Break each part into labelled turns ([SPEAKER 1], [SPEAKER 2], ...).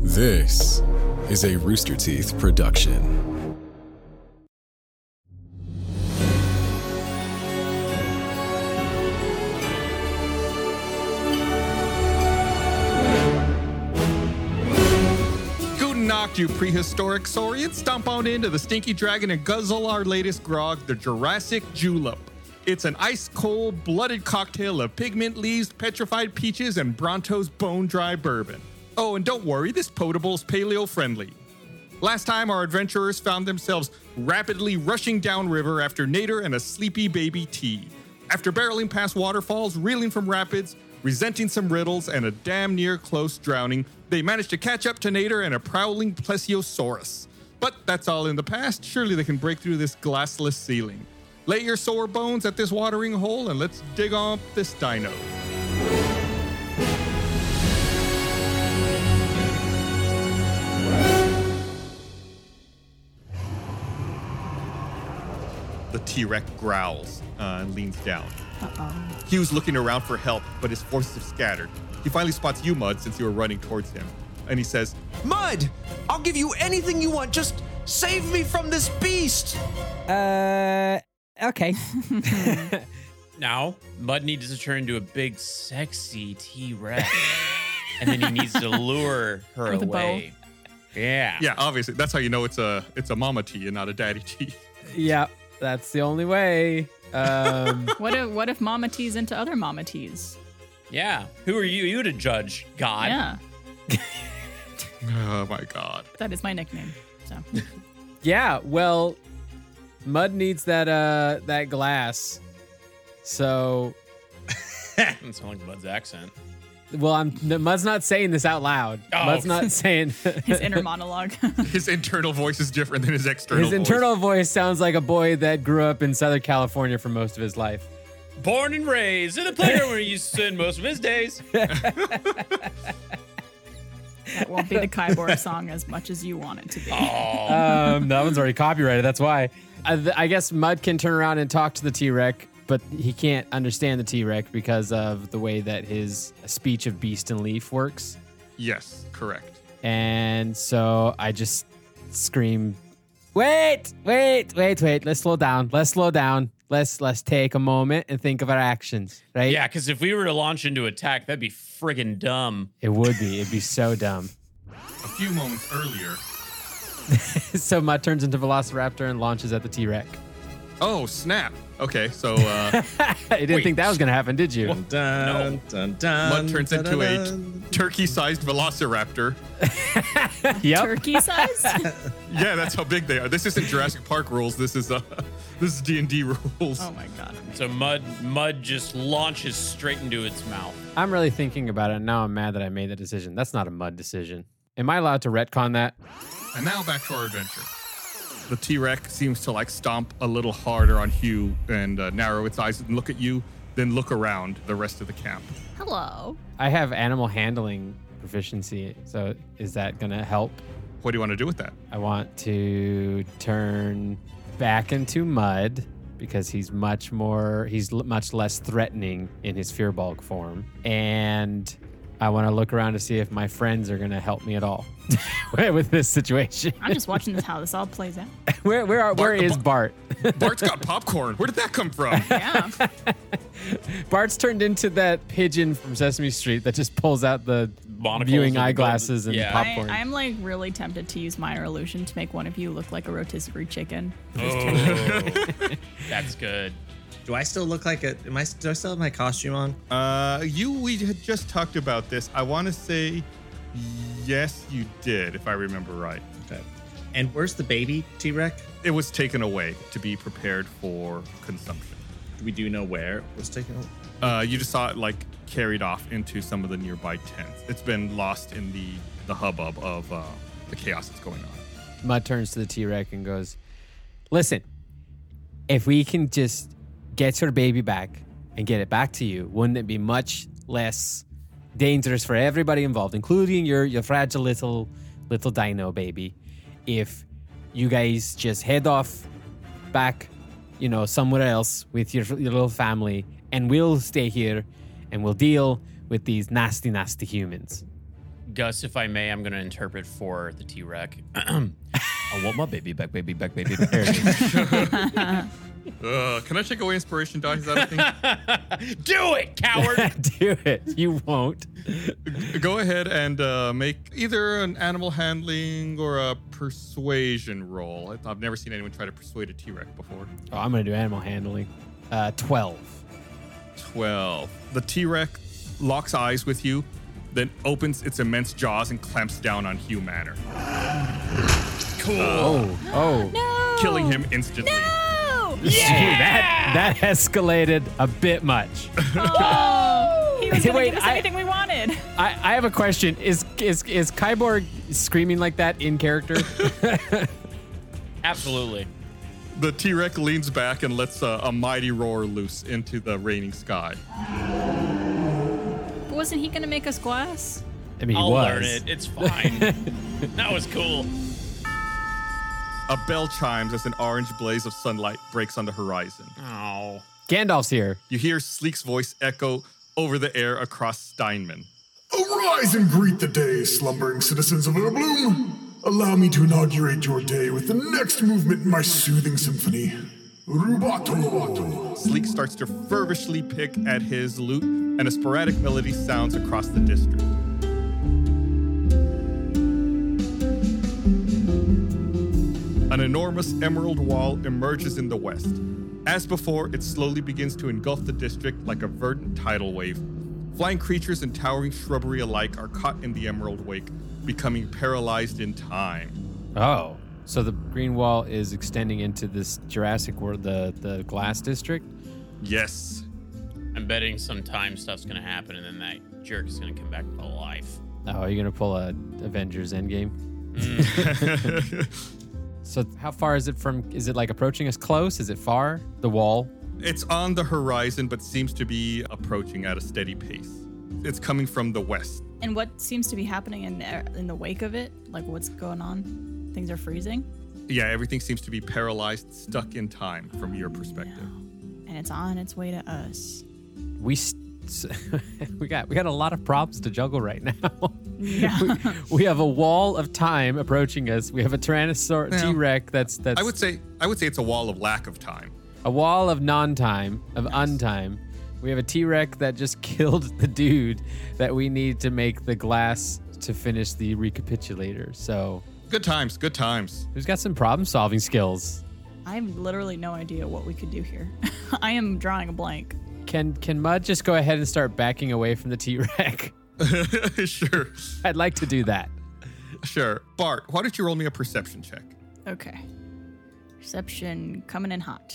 [SPEAKER 1] This is a Rooster Teeth production.
[SPEAKER 2] Guten Nacht, you prehistoric saurians. Stomp on into the Stinky Dragon and guzzle our latest grog, the Jurassic Julep. It's an ice cold, blooded cocktail of pigment leaves, petrified peaches, and Bronto's bone dry bourbon. Oh, and don't worry, this potable's paleo friendly. Last time, our adventurers found themselves rapidly rushing downriver after Nader and a sleepy baby T. After barreling past waterfalls, reeling from rapids, resenting some riddles, and a damn near close drowning, they managed to catch up to Nader and a prowling plesiosaurus. But that's all in the past. Surely they can break through this glassless ceiling. Lay your sore bones at this watering hole and let's dig up this dino. The T Rex growls uh, and leans down. Hugh's looking around for help, but his forces have scattered. He finally spots you, Mud, since you were running towards him, and he says,
[SPEAKER 3] Mud, I'll give you anything you want. Just save me from this beast.
[SPEAKER 4] Uh, okay.
[SPEAKER 5] Now, Mud needs to turn into a big, sexy T Rex. and then he needs to lure her
[SPEAKER 6] With a bow.
[SPEAKER 5] away. Yeah.
[SPEAKER 2] "Yeah, obviously, that's how you know it's a it's a mama T and not a daddy T."
[SPEAKER 4] yeah, that's the only way. Um,
[SPEAKER 6] What if what if Mama T's into other Mama T's?
[SPEAKER 5] Yeah. Who are you? You to judge, God.
[SPEAKER 6] Yeah,
[SPEAKER 2] Oh my god!
[SPEAKER 6] that is my nickname. So
[SPEAKER 4] yeah, well, Mud needs that uh that glass. So,
[SPEAKER 5] Doesn't sound like Mud's accent.
[SPEAKER 4] well, I'm no, Mud's not saying this out loud.
[SPEAKER 5] Oh.
[SPEAKER 4] Mud's not saying
[SPEAKER 6] his inner monologue.
[SPEAKER 2] His internal voice is different than his external.
[SPEAKER 4] His
[SPEAKER 2] voice.
[SPEAKER 4] internal voice sounds like a boy that grew up in Southern California for most of his life.
[SPEAKER 5] Born and raised in a playground where he used to spend most of his days.
[SPEAKER 6] that won't be the Kyborg song as much as you want it to be.
[SPEAKER 4] Um, that one's already copyrighted. That's why. I, th- I guess Mud can turn around and talk to the T Rex, but he can't understand the T Rex because of the way that his speech of beast and leaf works.
[SPEAKER 2] Yes, correct.
[SPEAKER 4] And so I just scream, "Wait, wait, wait, wait! Let's slow down. Let's slow down. Let's let's take a moment and think of our actions. Right?
[SPEAKER 5] yeah, because if we were to launch into attack, that'd be friggin' dumb.
[SPEAKER 4] It would be. It'd be so dumb."
[SPEAKER 2] A few moments earlier.
[SPEAKER 4] so Mud turns into Velociraptor and launches at the T Rex.
[SPEAKER 2] Oh snap! Okay, so uh,
[SPEAKER 4] I didn't
[SPEAKER 5] Wait.
[SPEAKER 4] think that was gonna happen, did you?
[SPEAKER 5] Dun,
[SPEAKER 2] Mud turns into a turkey-sized velociraptor.
[SPEAKER 4] yep.
[SPEAKER 6] Turkey size?
[SPEAKER 2] Yeah, that's how big they are. This isn't Jurassic Park rules. This is uh, this is D and D rules.
[SPEAKER 6] oh my god.
[SPEAKER 5] So Mud Mud just launches straight into its mouth.
[SPEAKER 4] I'm really thinking about it, and now I'm mad that I made that decision. That's not a mud decision. Am I allowed to retcon that?
[SPEAKER 2] And now back to our adventure. The T Rex seems to like stomp a little harder on Hugh and uh, narrow its eyes and look at you, then look around the rest of the camp.
[SPEAKER 6] Hello.
[SPEAKER 4] I have animal handling proficiency, so is that gonna help?
[SPEAKER 2] What do you want to do with that?
[SPEAKER 4] I want to turn back into mud because he's much more he's l- much less threatening in his fearbulk form and I want to look around to see if my friends are going to help me at all with this situation.
[SPEAKER 6] I'm just watching this how this all plays out.
[SPEAKER 4] Where where are, where
[SPEAKER 2] Bart the
[SPEAKER 4] is Bart?
[SPEAKER 2] Bart's got popcorn. Where did that come from?
[SPEAKER 6] Yeah.
[SPEAKER 4] Bart's turned into that pigeon from Sesame Street that just pulls out the
[SPEAKER 5] Monocles
[SPEAKER 4] viewing
[SPEAKER 5] and
[SPEAKER 4] eyeglasses and
[SPEAKER 5] golden- yeah.
[SPEAKER 4] popcorn.
[SPEAKER 6] I, I'm like really tempted to use minor illusion to make one of you look like a rotisserie chicken.
[SPEAKER 5] Oh, that's good.
[SPEAKER 7] Do I still look like a? Am I? Do I still have my costume on?
[SPEAKER 2] Uh, you, we had just talked about this. I want to say, yes, you did, if I remember right.
[SPEAKER 7] Okay. And where's the baby T Rex?
[SPEAKER 2] It was taken away to be prepared for consumption.
[SPEAKER 7] We do know where it was taken.
[SPEAKER 2] Uh, you just saw it like carried off into some of the nearby tents. It's been lost in the the hubbub of uh, the chaos that's going on.
[SPEAKER 4] Mud turns to the T Rex and goes, Listen, if we can just get your baby back and get it back to you, wouldn't it be much less dangerous for everybody involved, including your, your fragile little little dino baby, if you guys just head off back, you know, somewhere else with your, your little family, and we'll stay here and we'll deal with these nasty, nasty humans.
[SPEAKER 5] Gus, if I may, I'm going to interpret for the T Rex. I want my baby back, baby back, baby back. There it is.
[SPEAKER 2] Uh, can I take away inspiration die? Is that a thing?
[SPEAKER 5] Do it, coward.
[SPEAKER 4] Do it. You won't.
[SPEAKER 2] Go ahead and uh, make either an animal handling or a persuasion roll. I- I've never seen anyone try to persuade a T Rex before.
[SPEAKER 4] Oh, I'm gonna do animal handling. Uh, Twelve.
[SPEAKER 2] 12. The T Rex locks eyes with you, then opens its immense jaws and clamps down on Hugh Manor,
[SPEAKER 4] Oh, oh.
[SPEAKER 6] No.
[SPEAKER 2] killing him instantly.
[SPEAKER 6] No.
[SPEAKER 4] Gee, that that escalated a bit much.
[SPEAKER 6] Oh, he was gonna
[SPEAKER 4] Wait,
[SPEAKER 6] give us
[SPEAKER 4] I-
[SPEAKER 6] everything we wanted.
[SPEAKER 4] I, I have a question. Is is is Kyborg screaming like that in character?
[SPEAKER 5] Absolutely.
[SPEAKER 2] The T Rex leans back and lets a, a mighty roar loose into the raining sky.
[SPEAKER 6] But wasn't he gonna make us glass?
[SPEAKER 4] I mean, he
[SPEAKER 5] I'll
[SPEAKER 4] was.
[SPEAKER 5] learn it. It's fine. that was cool.
[SPEAKER 2] A bell chimes as an orange blaze of sunlight breaks on the horizon.
[SPEAKER 5] Oh.
[SPEAKER 4] Gandalf's here.
[SPEAKER 2] You hear Sleek's voice echo over the air across Steinman.
[SPEAKER 8] Arise and greet the day, slumbering citizens of Urbloom. Allow me to inaugurate your day with the next movement in my soothing symphony, Rubato.
[SPEAKER 2] Sleek starts to fervishly pick at his lute, and a sporadic melody sounds across the district. An enormous emerald wall emerges in the west. As before, it slowly begins to engulf the district like a verdant tidal wave. Flying creatures and towering shrubbery alike are caught in the emerald wake, becoming paralyzed in time.
[SPEAKER 4] Oh, so the green wall is extending into this Jurassic World, the the glass district.
[SPEAKER 2] Yes,
[SPEAKER 5] I'm betting some time stuff's going to happen and then that jerk is going to come back to life.
[SPEAKER 4] Oh, are you gonna pull a Avengers Endgame?
[SPEAKER 5] Mm.
[SPEAKER 4] so how far is it from? Is it like approaching us close? Is it far? The wall.
[SPEAKER 2] It's on the horizon, but seems to be approaching at a steady pace. It's coming from the west.
[SPEAKER 6] And what seems to be happening in there in the wake of it? Like what's going on? Things are freezing,
[SPEAKER 2] Yeah, everything seems to be paralyzed, stuck in time from your perspective.
[SPEAKER 6] and it's on its way to us.
[SPEAKER 4] We st- we got we got a lot of props to juggle right now. we, we have a wall of time approaching us. We have a Tyrannosaur
[SPEAKER 2] Yeah.
[SPEAKER 4] T Rex. That's that's
[SPEAKER 2] I would say I would say it's a wall of lack of time.
[SPEAKER 4] a wall of non-time of untime. We have a T Rex that just killed the dude that we need to make the glass to finish the recapitulator. So
[SPEAKER 2] Good times, good times.
[SPEAKER 4] who's got some problem solving skills?
[SPEAKER 6] I have literally no idea what we could do here. I am drawing a blank.
[SPEAKER 4] Can can Mud just go ahead and start backing away from the T Rex?
[SPEAKER 2] sure,
[SPEAKER 4] I'd like to do that.
[SPEAKER 2] sure. Bart, why don't you roll me a perception check?
[SPEAKER 6] Okay. Perception coming in hot.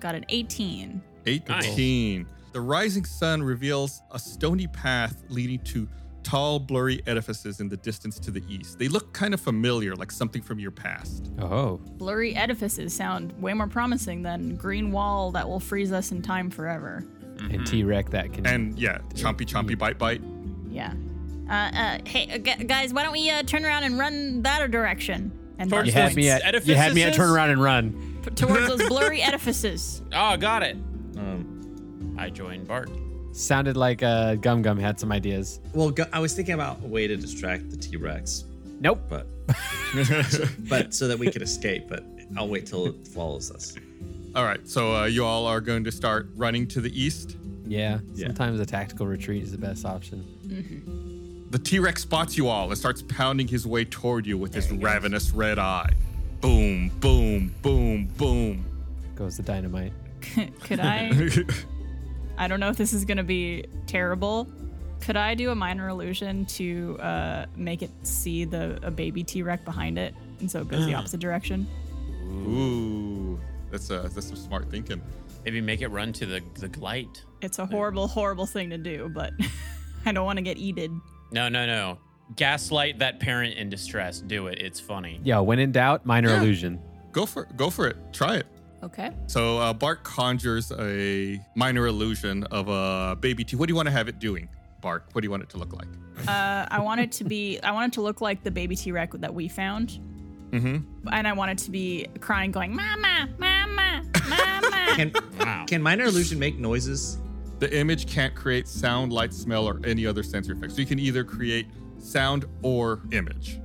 [SPEAKER 6] Got an 18.
[SPEAKER 2] 18. The rising sun reveals a stony path leading to tall, blurry edifices in the distance to the east. They look kind of familiar, like something from your past.
[SPEAKER 4] Oh,
[SPEAKER 6] Blurry edifices sound way more promising than green wall that will freeze us in time forever.
[SPEAKER 4] and T Rex that can
[SPEAKER 2] And yeah, chompy, chompy, bite, bite.
[SPEAKER 6] Yeah. Uh, uh, hey, uh, gu- guys, why don't we uh, turn around and run that a direction? And
[SPEAKER 5] Towards
[SPEAKER 4] You
[SPEAKER 6] those
[SPEAKER 4] had me
[SPEAKER 5] Points.
[SPEAKER 4] at you had me at
[SPEAKER 5] Edifices?
[SPEAKER 4] turn around and run.
[SPEAKER 6] p- towards those blurry edifices.
[SPEAKER 5] Oh, got it. I joined Bart.
[SPEAKER 4] Sounded like uh, Gum Gum had some ideas.
[SPEAKER 7] Well, go- I was thinking about a way to distract the T Rex,
[SPEAKER 4] Nope.
[SPEAKER 7] but but so that we could escape. But I'll wait till it follows us.
[SPEAKER 2] All right, so uh, you all are going to start running to the east.
[SPEAKER 4] Yeah.
[SPEAKER 7] Yeah.
[SPEAKER 4] Sometimes a tactical retreat is the best option.
[SPEAKER 2] The T Rex spots you all and starts pounding his way toward you with his ravenous red eye. Boom, boom, boom, boom.
[SPEAKER 4] Goes the dynamite.
[SPEAKER 6] Could I? I don't know if this is going to be terrible. Could I do a minor illusion to uh, make it see the a baby T Rex behind it, and so it goes the
[SPEAKER 5] Mm.
[SPEAKER 6] opposite direction?
[SPEAKER 2] Ooh, that's uh, that's some smart thinking.
[SPEAKER 5] Maybe make it run to the, the light.
[SPEAKER 6] It's a horrible, horrible thing to do, but I don't want to get eated.
[SPEAKER 5] No, no, no. Gaslight that parent in distress. Do it. It's funny.
[SPEAKER 4] Yeah. When in doubt, minor illusion.
[SPEAKER 2] Go for it. Go for it. Try it.
[SPEAKER 6] Okay.
[SPEAKER 2] So uh, Bart conjures a minor illusion of a baby T. What do you want to have it doing, Bart? What do you want it to look like?
[SPEAKER 6] Uh, I want it to be. I want it to look like the baby T Rex that we found. Mm-hmm. And I want it to be crying, going, "Mama, mama, mama."
[SPEAKER 7] Can can minor illusion make noises?
[SPEAKER 2] The image can't create sound, light, smell, or any other sensory effect. So you can either create sound, or image.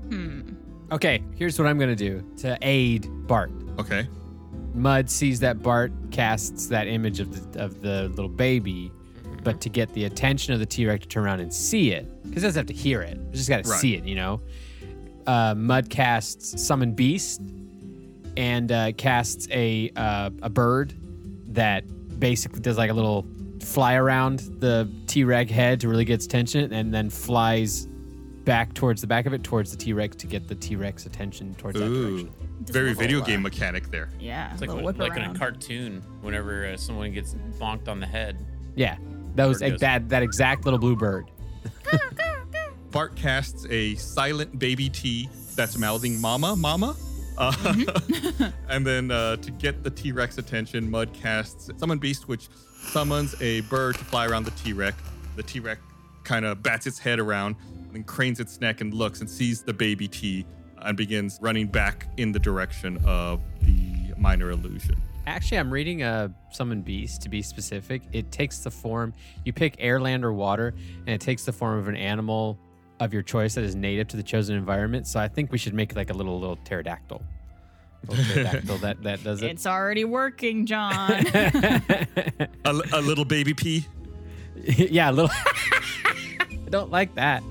[SPEAKER 4] Okay, here's what I'm gonna do to aid Bart.
[SPEAKER 2] Okay.
[SPEAKER 4] Mud sees that Bart casts that image of the of the little baby,
[SPEAKER 2] Mm-hmm.
[SPEAKER 4] but to get the attention of the T Rex to turn around and see it, because it doesn't have to hear it, it's just got to
[SPEAKER 2] Right.
[SPEAKER 4] see it, you know. Uh, Mud casts summon beast, and uh, casts a uh, a bird that basically does like a little fly around the T Rex head to really get its attention, and then flies back towards the back of it towards the T Rex to get the T Rex attention towards that direction.
[SPEAKER 2] Ooh. Very video game mechanic there.
[SPEAKER 6] Yeah,
[SPEAKER 5] It's like,
[SPEAKER 6] little whip
[SPEAKER 5] like in
[SPEAKER 6] around.
[SPEAKER 5] a cartoon, whenever uh, someone gets bonked on the head.
[SPEAKER 4] Yeah, that was
[SPEAKER 5] Bird
[SPEAKER 4] like
[SPEAKER 5] goes-
[SPEAKER 4] that that exact little blue bird.
[SPEAKER 2] Bart casts a silent baby T that's mouthing "Mama, Mama," uh, and then uh, to get the T Rex attention, Mud casts Summon Beast, which summons a bird to fly around the T Rex. The T Rex kind of bats its head around, and then cranes its neck and looks and sees the baby T, and begins running back in the direction of the minor illusion.
[SPEAKER 4] Actually, I'm reading a summon beast to be specific. It takes the form you pick air, land, or water, and it takes the form of an animal of your choice that is native to the chosen environment. So I think we should make like a little little pterodactyl. Little pterodactyl that that does it.
[SPEAKER 6] It's already working, John.
[SPEAKER 2] A, a little baby P.
[SPEAKER 4] yeah, a little. I don't like that.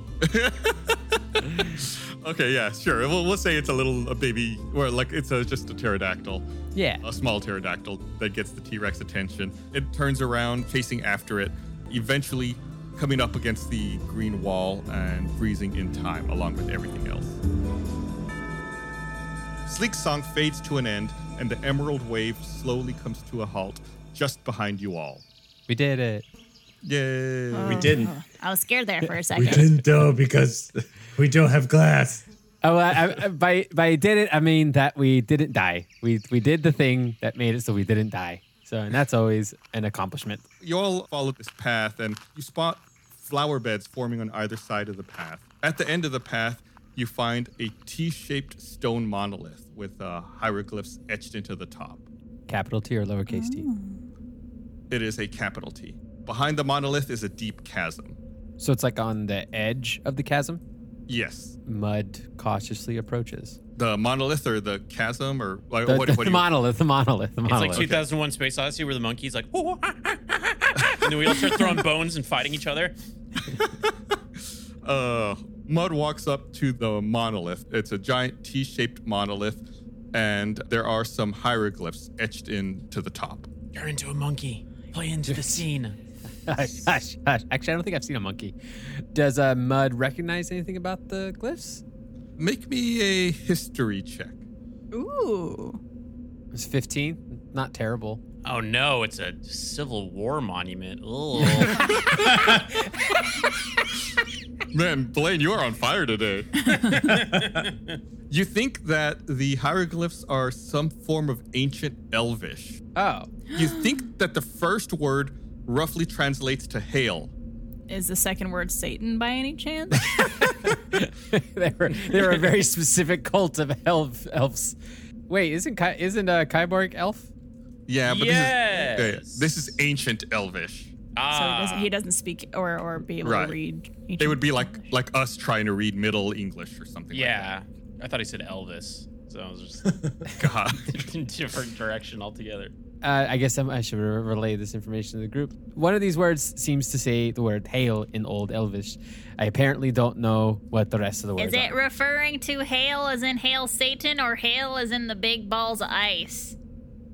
[SPEAKER 2] Okay, yeah, sure. We'll, we'll say it's a little a baby, or like it's a, just a pterodactyl.
[SPEAKER 4] Yeah.
[SPEAKER 2] a small pterodactyl that gets the T-Rex attention. It turns around, chasing after it, eventually coming up against the green wall and freezing in time along with everything else. Sleek song fades to an end and the emerald wave slowly comes to a halt just behind you all.
[SPEAKER 4] We did it.
[SPEAKER 2] Yay.
[SPEAKER 7] We didn't.
[SPEAKER 6] I was scared there for a
[SPEAKER 9] We
[SPEAKER 6] second.
[SPEAKER 9] didn't though because we don't have glass.
[SPEAKER 4] Oh, I, I, I- by by did it, I mean that we didn't die. We we did the thing that made it so we didn't die. So and that's always an accomplishment.
[SPEAKER 2] you all follow this path and you spot flower beds forming on either side of the path. At the end of the path, you find a T shaped stone monolith with uh, hieroglyphs etched into the top.
[SPEAKER 4] Capital T or lowercase t.
[SPEAKER 2] It is a capital T. Behind the monolith is a deep chasm.
[SPEAKER 4] So it's like on the edge of the chasm.
[SPEAKER 2] Yes.
[SPEAKER 4] Mud cautiously approaches.
[SPEAKER 2] The monolith or the chasm or like,
[SPEAKER 4] The,
[SPEAKER 2] what,
[SPEAKER 4] the-
[SPEAKER 2] what
[SPEAKER 4] the
[SPEAKER 2] do you
[SPEAKER 4] monolith, the monolith, the
[SPEAKER 5] It's
[SPEAKER 4] monolith.
[SPEAKER 5] like 2001 Space Odyssey where the monkey's like, "Whoa, ah, ah, ah, ah," and then we all start throwing bones and fighting each other.
[SPEAKER 2] uh, Mud walks up to the monolith. It's a giant T shaped monolith, and there are some hieroglyphs etched into the top.
[SPEAKER 5] Turn into a monkey. Play into the scene.
[SPEAKER 4] hush, hush, hush. Actually, I don't think I've seen a monkey. Does uh, Mud recognize anything about the glyphs?
[SPEAKER 2] Make me a history check.
[SPEAKER 6] Ooh.
[SPEAKER 4] It's 15. Not terrible.
[SPEAKER 5] Oh no, it's a Civil War monument. Ugh.
[SPEAKER 2] Man, Blaine, you are on fire today. you think that the hieroglyphs are some form of ancient elvish.
[SPEAKER 4] Oh,
[SPEAKER 2] You think that the first word roughly translates to hail.
[SPEAKER 6] Is the second word Satan by any chance?
[SPEAKER 4] they were they were a very specific cult of elf, elves. Wait, isn't Ky- isn't uh, Kyborg elf?
[SPEAKER 2] Yeah, but this,
[SPEAKER 5] Yes.
[SPEAKER 2] is, yeah, this is ancient elvish.
[SPEAKER 6] so he
[SPEAKER 5] ah,
[SPEAKER 6] doesn't, he doesn't speak or, or be able
[SPEAKER 2] Right.
[SPEAKER 6] to read.
[SPEAKER 2] It would be like like us trying to read Middle English or something
[SPEAKER 5] yeah. I thought he said Elvis, so I was just
[SPEAKER 2] like that. God.
[SPEAKER 5] in different direction altogether.
[SPEAKER 4] Uh, I guess I'm, I should re- relay this information to the group. One of these words seems to say the word hail in Old Elvish. I apparently don't know what the rest of the words
[SPEAKER 10] Is it
[SPEAKER 4] are.
[SPEAKER 10] referring to hail as in hail Satan or hail as in the big balls of ice?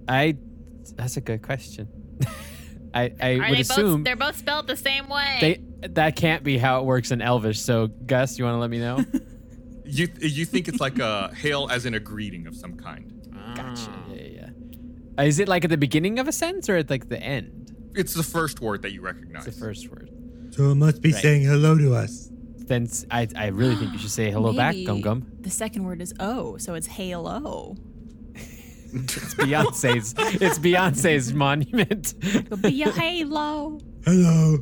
[SPEAKER 4] I. That's a good question. I, I
[SPEAKER 10] Are
[SPEAKER 4] would
[SPEAKER 10] they
[SPEAKER 4] assume
[SPEAKER 10] both? They're both spelled the same way.
[SPEAKER 4] they that can't be how it works in Elvish. So Gus, you want to let me know?
[SPEAKER 2] You you think it's like a hail as in a greeting of some kind.
[SPEAKER 4] gotcha. Yeah, yeah. yeah. Is it like at the beginning of a sentence or at like the end?
[SPEAKER 2] It's the first word that you recognize.
[SPEAKER 4] It's the first word.
[SPEAKER 9] So it must be saying hello to us.
[SPEAKER 4] Then s- I, I really think you should say hello back, Gum Gum.
[SPEAKER 6] The second word is O, so it's Halo.
[SPEAKER 4] It's Beyonce's. it's Beyonce's monument.
[SPEAKER 6] It'll be your Halo.
[SPEAKER 9] Hello.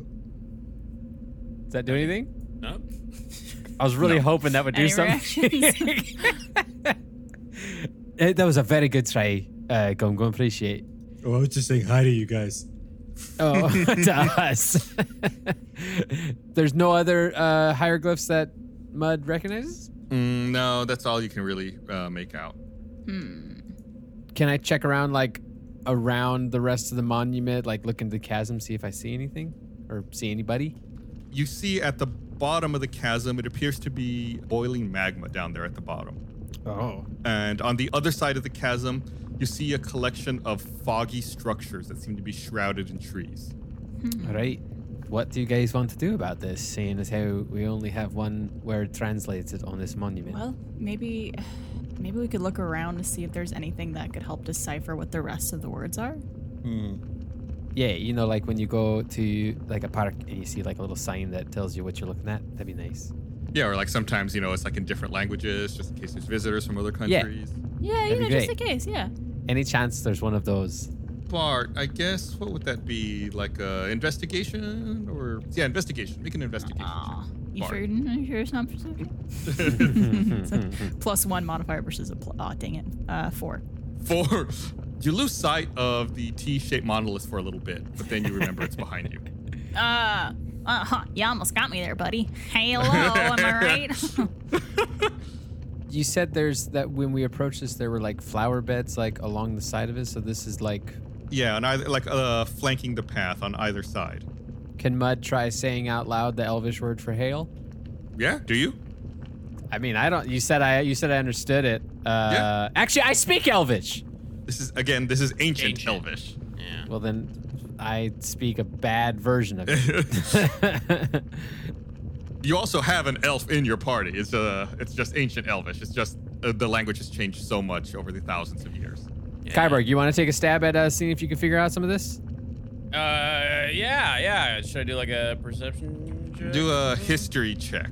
[SPEAKER 4] Does that do anything?
[SPEAKER 5] Nope.
[SPEAKER 4] I was really hoping that would do
[SPEAKER 6] Any
[SPEAKER 4] something.
[SPEAKER 6] reactions?
[SPEAKER 4] Eh, that was a very good try, uh, Gum Gum. Appreciate.
[SPEAKER 9] Oh, I was just saying hi to you guys.
[SPEAKER 4] Oh, to us. There's no other uh, hieroglyphs that Mud recognizes?
[SPEAKER 2] Mm, no, that's all you can really uh, make out.
[SPEAKER 4] Can I check around, like, around the rest of the monument, like, look into the chasm, see if I see anything or see anybody?
[SPEAKER 2] You see at the bottom of the chasm, it appears to be boiling magma down there at the bottom.
[SPEAKER 4] Oh.
[SPEAKER 2] And on the other side of the chasm, you see a collection of foggy structures that seem to be shrouded in trees.
[SPEAKER 4] All right. What do you guys want to do about this, seeing as how we only have one word translated on this monument?
[SPEAKER 6] Well, maybe maybe we could look around to see if there's anything that could help decipher what the rest of the words are.
[SPEAKER 4] Yeah, you know, like when you go to like a park and you see like a little sign that tells you what you're looking at. That'd be nice.
[SPEAKER 2] Yeah, or like sometimes, you know, it's like in different languages, just in case there's visitors from other
[SPEAKER 4] Yeah.
[SPEAKER 2] countries.
[SPEAKER 6] Yeah,
[SPEAKER 4] That'd
[SPEAKER 6] you
[SPEAKER 4] be
[SPEAKER 6] know, just in
[SPEAKER 4] great.
[SPEAKER 6] case, yeah.
[SPEAKER 4] Any chance there's one of those?
[SPEAKER 2] Bart, I guess, what would that be? Like a investigation? Or, yeah, investigation. Make an investigation.
[SPEAKER 6] Aw. You
[SPEAKER 2] Bart.
[SPEAKER 6] sure, you didn't- you sure it's not perception? It's a plus one modifier versus a plus. Aw, dang it. Uh, four.
[SPEAKER 2] Four. You lose sight of the T shaped monolith for a little bit, but then you remember it's behind you.
[SPEAKER 10] Uh, uh huh.
[SPEAKER 6] uh-huh.
[SPEAKER 10] You almost got me there, buddy. Hello, am I right?
[SPEAKER 4] You said there's that when we approached this, there were like flower beds like along the side of it. So this is like,
[SPEAKER 2] Yeah, and either, like uh, flanking the path on either side.
[SPEAKER 4] can Mud try saying out loud the Elvish word for hail?
[SPEAKER 2] Yeah, do you?
[SPEAKER 4] I mean, I don't. You said I. You said I understood it. Uh,
[SPEAKER 2] Yeah.
[SPEAKER 4] Actually, I speak Elvish.
[SPEAKER 2] This is, again, this is ancient,
[SPEAKER 5] Ancient.
[SPEAKER 2] Elvish.
[SPEAKER 5] Yeah.
[SPEAKER 4] Well, then I speak a bad version of it.
[SPEAKER 2] You also have an elf in your party. It's uh, it's just ancient Elvish. It's just uh, the language has changed so much over the thousands of years.
[SPEAKER 4] Kyberg, you want to take a stab at uh, seeing if you can figure out some of this?
[SPEAKER 5] Uh, yeah, yeah. Should I do like a perception? check?
[SPEAKER 2] Do a history check.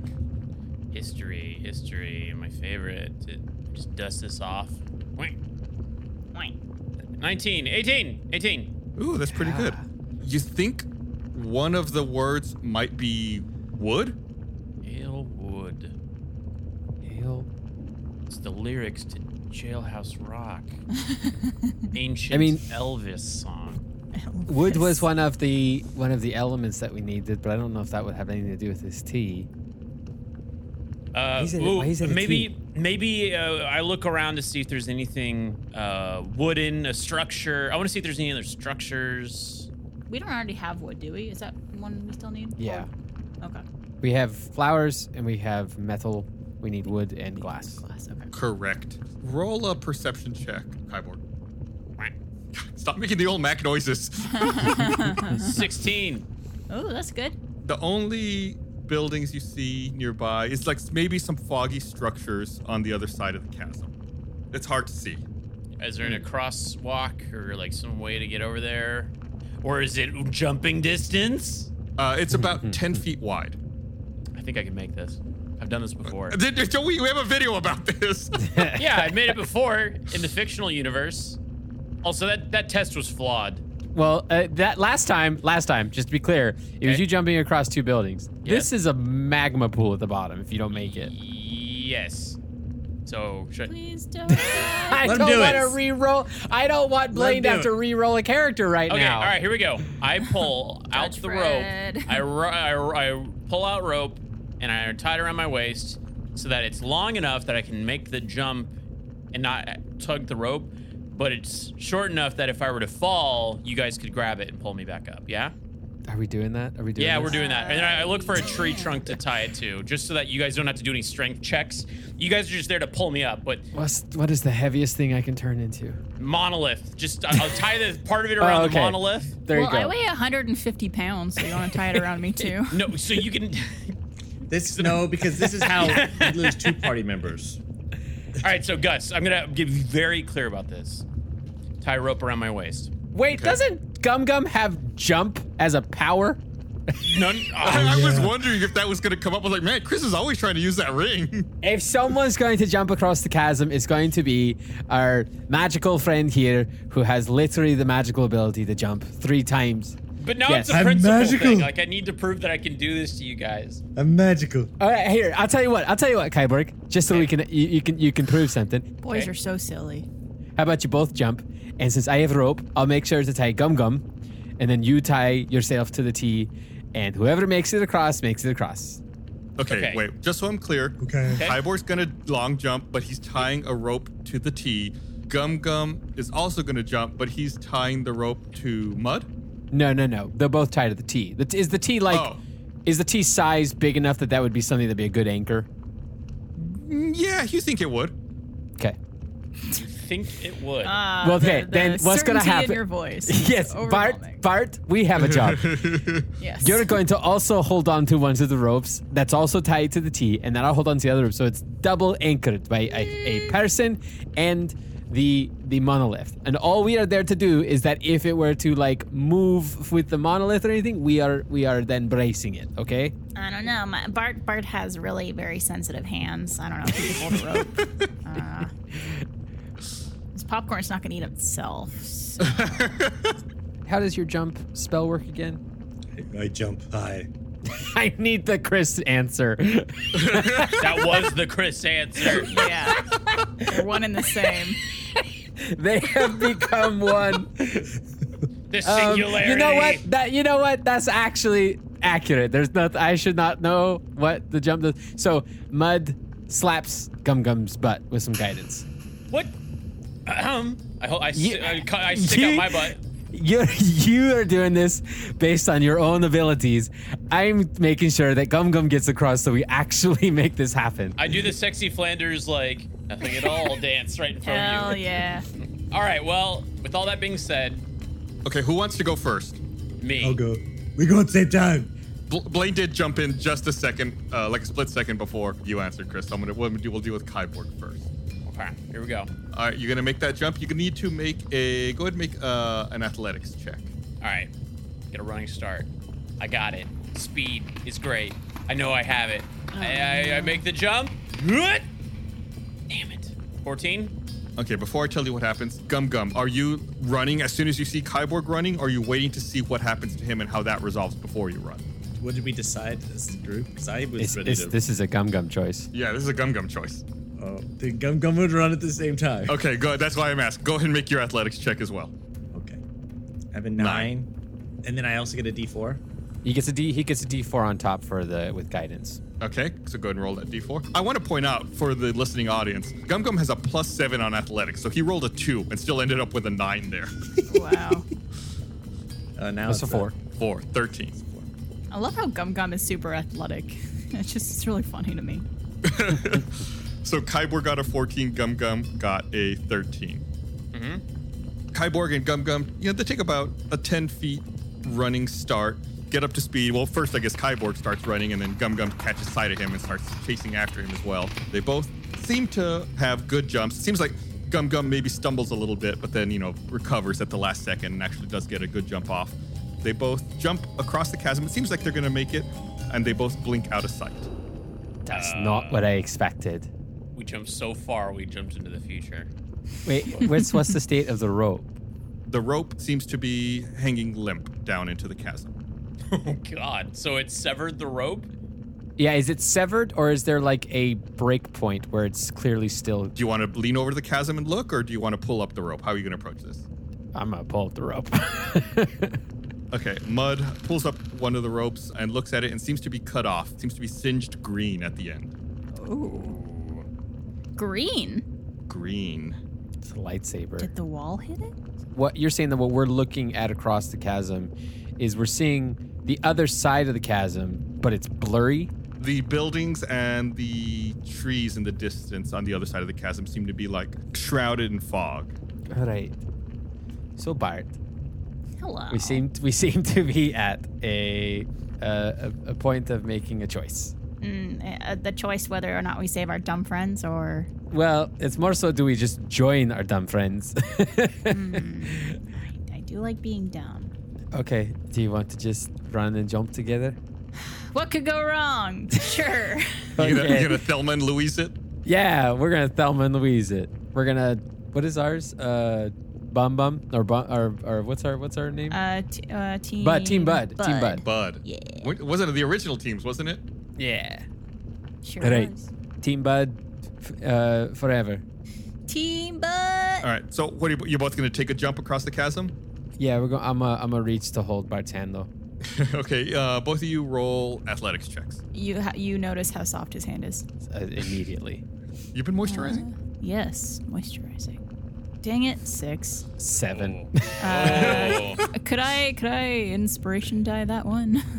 [SPEAKER 5] history, history. My favorite. To just dust this off. Wait,
[SPEAKER 10] Wait.
[SPEAKER 5] 19, 18, 18.
[SPEAKER 2] Ooh, that's pretty good. You think one of the words might be wood?
[SPEAKER 5] Hail wood.
[SPEAKER 4] Hail.
[SPEAKER 5] It's the lyrics to Jailhouse Rock, ancient
[SPEAKER 4] I mean-
[SPEAKER 5] Elvis song.
[SPEAKER 4] Wood was one of the one of the elements that we needed, but I don't know if that would have anything to do with this tea.
[SPEAKER 5] Uh,
[SPEAKER 4] He's at a-
[SPEAKER 5] ooh,
[SPEAKER 4] he's at a
[SPEAKER 5] maybe,
[SPEAKER 4] T.
[SPEAKER 5] maybe uh, I look around to see if there's anything uh, wooden, a structure. I want to see if there's any other structures.
[SPEAKER 6] We don't already have wood, do we? Is that one we still need?
[SPEAKER 4] Yeah.
[SPEAKER 6] Oh, okay.
[SPEAKER 4] We have flowers and we have metal. We need wood and glass.
[SPEAKER 6] Glass, okay.
[SPEAKER 2] Correct. Roll a perception check, Kyborg. Stop making the old Mac noises.
[SPEAKER 5] 16.
[SPEAKER 10] Oh, that's good.
[SPEAKER 2] the only buildings you see nearby is like maybe some foggy structures on the other side of the chasm. It's hard to see.
[SPEAKER 5] Is there a
[SPEAKER 4] Hmm.
[SPEAKER 5] crosswalk or like some way to get over there? Or is it jumping distance?
[SPEAKER 2] Uh, it's about 10 feet wide.
[SPEAKER 5] I think I can make this. I've done this before.
[SPEAKER 2] Did- did- don't We we have a video about this.
[SPEAKER 5] yeah, I made it before in the fictional universe. Also, that, that test was flawed.
[SPEAKER 4] Well, uh, that last time, last time, just to be clear, it was
[SPEAKER 5] Okay.
[SPEAKER 4] you jumping across two buildings.
[SPEAKER 5] Yeah.
[SPEAKER 4] This is a magma pool at the bottom. If you don't make it,
[SPEAKER 5] Yes. So, should,
[SPEAKER 6] Please don't. die.
[SPEAKER 4] I
[SPEAKER 9] Let him
[SPEAKER 4] don't
[SPEAKER 9] do
[SPEAKER 4] want
[SPEAKER 9] it.
[SPEAKER 4] to re-roll. I don't want Blaine to
[SPEAKER 9] do
[SPEAKER 4] have to
[SPEAKER 9] it.
[SPEAKER 4] re-roll a character right
[SPEAKER 5] Okay,
[SPEAKER 4] now.
[SPEAKER 5] all right, here we go. I pull out
[SPEAKER 10] Judge
[SPEAKER 5] the
[SPEAKER 10] Fred.
[SPEAKER 5] rope. I, ro- I, ro- I pull out rope and I tie it around my waist so that it's long enough that I can make the jump and not tug the rope, but it's short enough that if I were to fall, you guys could grab it and pull me back up. Yeah?
[SPEAKER 4] Are we doing that? Are we doing?
[SPEAKER 5] Yeah,
[SPEAKER 4] this?
[SPEAKER 5] we're doing that. And then I I look for a tree trunk to tie it to, just so that you guys don't have to do any strength checks. You guys are just there to pull me up, but
[SPEAKER 4] What's what is the heaviest thing I can turn into?
[SPEAKER 5] monolith. Just I'll tie the part of it around
[SPEAKER 4] Oh, okay.
[SPEAKER 5] the monolith.
[SPEAKER 4] There
[SPEAKER 6] well,
[SPEAKER 4] you go.
[SPEAKER 6] I weigh 150 pounds, so you want to tie it around me too.
[SPEAKER 5] No, so you can.
[SPEAKER 7] This no, because this is how you lose two party members.
[SPEAKER 5] All right, so Gus, I'm gonna be very clear about this. Tie a rope around my waist.
[SPEAKER 4] Wait, doesn't Gum Gum have jump as a power?
[SPEAKER 5] None.
[SPEAKER 2] I,
[SPEAKER 5] Oh,
[SPEAKER 2] I was
[SPEAKER 9] yeah.
[SPEAKER 2] wondering if that was going to come up. I was like, man, Chris is always trying to use that ring.
[SPEAKER 4] If someone's going to jump across the chasm, it's going to be our magical friend here who has literally the magical ability to jump three times.
[SPEAKER 5] but now
[SPEAKER 4] Yes.
[SPEAKER 5] it's a
[SPEAKER 9] I'm
[SPEAKER 5] principle thing.
[SPEAKER 9] magical.
[SPEAKER 5] Like I need to prove that I can do this to you guys.
[SPEAKER 9] I'm magical.
[SPEAKER 4] All right, here, I'll tell you what, I'll tell you what, Kyborg, just so we can you, you can you can prove something.
[SPEAKER 6] Boys
[SPEAKER 5] Okay.
[SPEAKER 6] are so silly.
[SPEAKER 4] How about you both jump? And since I have rope, I'll make sure to tie Gum Gum, and then you tie yourself to the T, and whoever makes it across makes it across.
[SPEAKER 2] Okay,
[SPEAKER 5] Okay.
[SPEAKER 2] wait. Just so I'm clear.
[SPEAKER 9] Okay.
[SPEAKER 5] Okay.
[SPEAKER 2] Ivor's gonna long jump, but he's tying a rope to the T. Gum Gum is also gonna jump, but he's tying the rope to mud.
[SPEAKER 4] No, no, no. They're both tied to the T. The t- is the T like,
[SPEAKER 2] Oh.
[SPEAKER 4] is the T size big enough that that would be something that'd be a good anchor?
[SPEAKER 2] Mm, Yeah, you think it would?
[SPEAKER 4] Okay.
[SPEAKER 5] think it would.
[SPEAKER 6] Uh,
[SPEAKER 4] Well, okay,
[SPEAKER 6] the-
[SPEAKER 4] then
[SPEAKER 6] the
[SPEAKER 4] what's gonna
[SPEAKER 6] certainty
[SPEAKER 4] happen-
[SPEAKER 6] In your voice. is
[SPEAKER 4] Yes, Bart.
[SPEAKER 6] overwhelming.
[SPEAKER 4] Bart, we have a job.
[SPEAKER 6] Yes.
[SPEAKER 4] You're going to also hold on to one of the ropes that's also tied to the T, and then I'll hold on to the other rope. So it's double anchored by a, a person and the the monolith. And all we are there to do is that if it were to like move with the monolith or anything, we are we are then bracing it. Okay.
[SPEAKER 10] I don't know. My, Bart Bart has really very sensitive hands. I don't know if he could hold a rope. Uh, this popcorn's not gonna eat itself. so-
[SPEAKER 4] How does your jump spell work again?
[SPEAKER 9] I, I jump high.
[SPEAKER 4] I need the Chris answer.
[SPEAKER 5] that was the Chris answer.
[SPEAKER 6] Yeah. They're one and the same.
[SPEAKER 4] they have become one.
[SPEAKER 5] The
[SPEAKER 4] Um,
[SPEAKER 5] singularity.
[SPEAKER 4] you know what? That you know what? That's actually accurate. There's not. I should not know what the jump does. So mud slaps Gum Gum's butt with some guidance.
[SPEAKER 5] What? Ahem. I hope I, si-
[SPEAKER 4] Yeah.
[SPEAKER 5] I, cu- I stick out my butt.
[SPEAKER 4] You you are doing this based on your own abilities. I'm making sure that Gum Gum gets across, so we actually make this happen.
[SPEAKER 5] I do the sexy Flanders like nothing at all dance right in front
[SPEAKER 6] Hell
[SPEAKER 5] of you.
[SPEAKER 6] yeah.
[SPEAKER 5] All right. Well, with all that being said,
[SPEAKER 2] Okay, who wants to go first?
[SPEAKER 5] me.
[SPEAKER 9] I'll go. We go at the same time.
[SPEAKER 2] Bl- Blaine did jump in just a second, uh, like a split second before you answered, Chris. So I'm gonna we'll do, we'll deal with Kyborg first.
[SPEAKER 5] Okay, here we go.
[SPEAKER 2] All right, you're gonna make that jump. You gonna need to make a go ahead and make uh, an athletics check.
[SPEAKER 5] All right, get a running start. I got it. Speed is great. I know I have it.
[SPEAKER 7] Oh,
[SPEAKER 5] I, I, I make the jump. Good. Damn it. 14.
[SPEAKER 2] Okay, before I tell you what happens, Gum Gum, are you running as soon as you see Kyborg running? Or are you waiting to see what happens to him and how that resolves before you run?
[SPEAKER 7] What did we decide as a group? Because I was
[SPEAKER 4] It's,
[SPEAKER 7] ready
[SPEAKER 4] it's,
[SPEAKER 7] to.
[SPEAKER 4] this is a Gum Gum choice.
[SPEAKER 2] Yeah, this is a Gum Gum choice.
[SPEAKER 7] Oh, the gum gum would run at the same time.
[SPEAKER 2] Okay, good. That's why I'm asked. Go ahead and make your athletics check as well.
[SPEAKER 7] Okay. I have a
[SPEAKER 2] Nine.
[SPEAKER 7] nine, and then I also get a D4.
[SPEAKER 4] He gets a D. He gets a D four on top for the with guidance.
[SPEAKER 2] Okay, so go ahead and roll that d4. I want to point out for the listening audience, Gum Gum has a plus seven on athletics, so he rolled a two and still ended up with a nine there.
[SPEAKER 6] Wow.
[SPEAKER 7] Uh, now
[SPEAKER 4] That's a
[SPEAKER 7] it's
[SPEAKER 4] four.
[SPEAKER 2] Four, 13.
[SPEAKER 6] I love how Gum Gum is super athletic. It's just it's really funny to me.
[SPEAKER 2] So Kyborg got a 14, Gum Gum got a 13. Kyborg and Gum Gum, you know, they take about a 10 feet running start, get up to speed. Well, first, I guess Kyborg starts running, and then Gum Gum catches sight of him and starts chasing after him as well. They both seem to have good jumps. It seems like Gum Gum maybe stumbles a little bit, but then, you know, recovers at the last second and actually does get a good jump off. They both jump across the chasm. It seems like they're going to make it, and they both blink out of sight.
[SPEAKER 4] That's not what I expected.
[SPEAKER 5] We jumped so far, we jumped into the future.
[SPEAKER 4] Wait, what's what's the state of the rope?
[SPEAKER 2] The rope seems to be hanging limp down into the chasm.
[SPEAKER 5] Oh, God. So it severed the rope?
[SPEAKER 4] Yeah, is it severed or is there like a break point where it's clearly still?
[SPEAKER 2] Do you want to lean over the chasm and look, or do you want to pull up the rope? How are you going to approach this?
[SPEAKER 4] I'm gonna pull up the rope.
[SPEAKER 2] Okay, Mud pulls up one of the ropes and looks at it and seems to be cut off. Seems to be singed green at the end.
[SPEAKER 10] Green.
[SPEAKER 2] Green.
[SPEAKER 4] it's a lightsaber.
[SPEAKER 10] Did the wall hit it?
[SPEAKER 4] What you're saying that what we're looking at across the chasm is we're seeing the other side of the chasm, but it's blurry.
[SPEAKER 2] The buildings and the trees in the distance on the other side of the chasm seem to be like shrouded in fog.
[SPEAKER 4] All right. So Bart,
[SPEAKER 10] Hello.
[SPEAKER 4] we seem we seem to be at a uh, a, a point of making a choice.
[SPEAKER 10] Mm, uh, the choice whether or not we save our dumb friends or
[SPEAKER 4] Well, it's more so do we just join our dumb friends?
[SPEAKER 10] I do like being dumb.
[SPEAKER 4] okay. Do you want to just run and jump together?
[SPEAKER 10] What could go wrong? Sure.
[SPEAKER 2] You gonna,
[SPEAKER 4] Okay.
[SPEAKER 2] you gonna Thelma and Louise it?
[SPEAKER 4] Yeah, we're gonna Thelma and Louise it. We're gonna what is ours? Uh, Bum Bum or Bum or, or what's our what's our name?
[SPEAKER 6] Uh, t- uh, team.
[SPEAKER 4] Bud, Team Bud, Team Bud.
[SPEAKER 2] Bud.
[SPEAKER 10] Yeah.
[SPEAKER 2] Wa- Wasn't it the original teams, wasn't it?
[SPEAKER 4] Yeah.
[SPEAKER 10] Sure.
[SPEAKER 4] Right.
[SPEAKER 10] was.
[SPEAKER 4] Team Bud, f- uh, forever.
[SPEAKER 10] Team Bud.
[SPEAKER 2] All right, so what are you, you're both gonna take a jump across the chasm?
[SPEAKER 4] Yeah, we're going. I'm a I'm a reach to hold Bart's hand though.
[SPEAKER 2] okay, uh, both of you roll athletics checks.
[SPEAKER 6] You ha- you notice how soft his hand is.
[SPEAKER 4] Uh, immediately.
[SPEAKER 2] You've been moisturizing?
[SPEAKER 6] Yes, moisturizing. Dang it, six.
[SPEAKER 4] Seven.
[SPEAKER 6] Uh,
[SPEAKER 2] Oh,
[SPEAKER 6] could I could I inspiration die that one?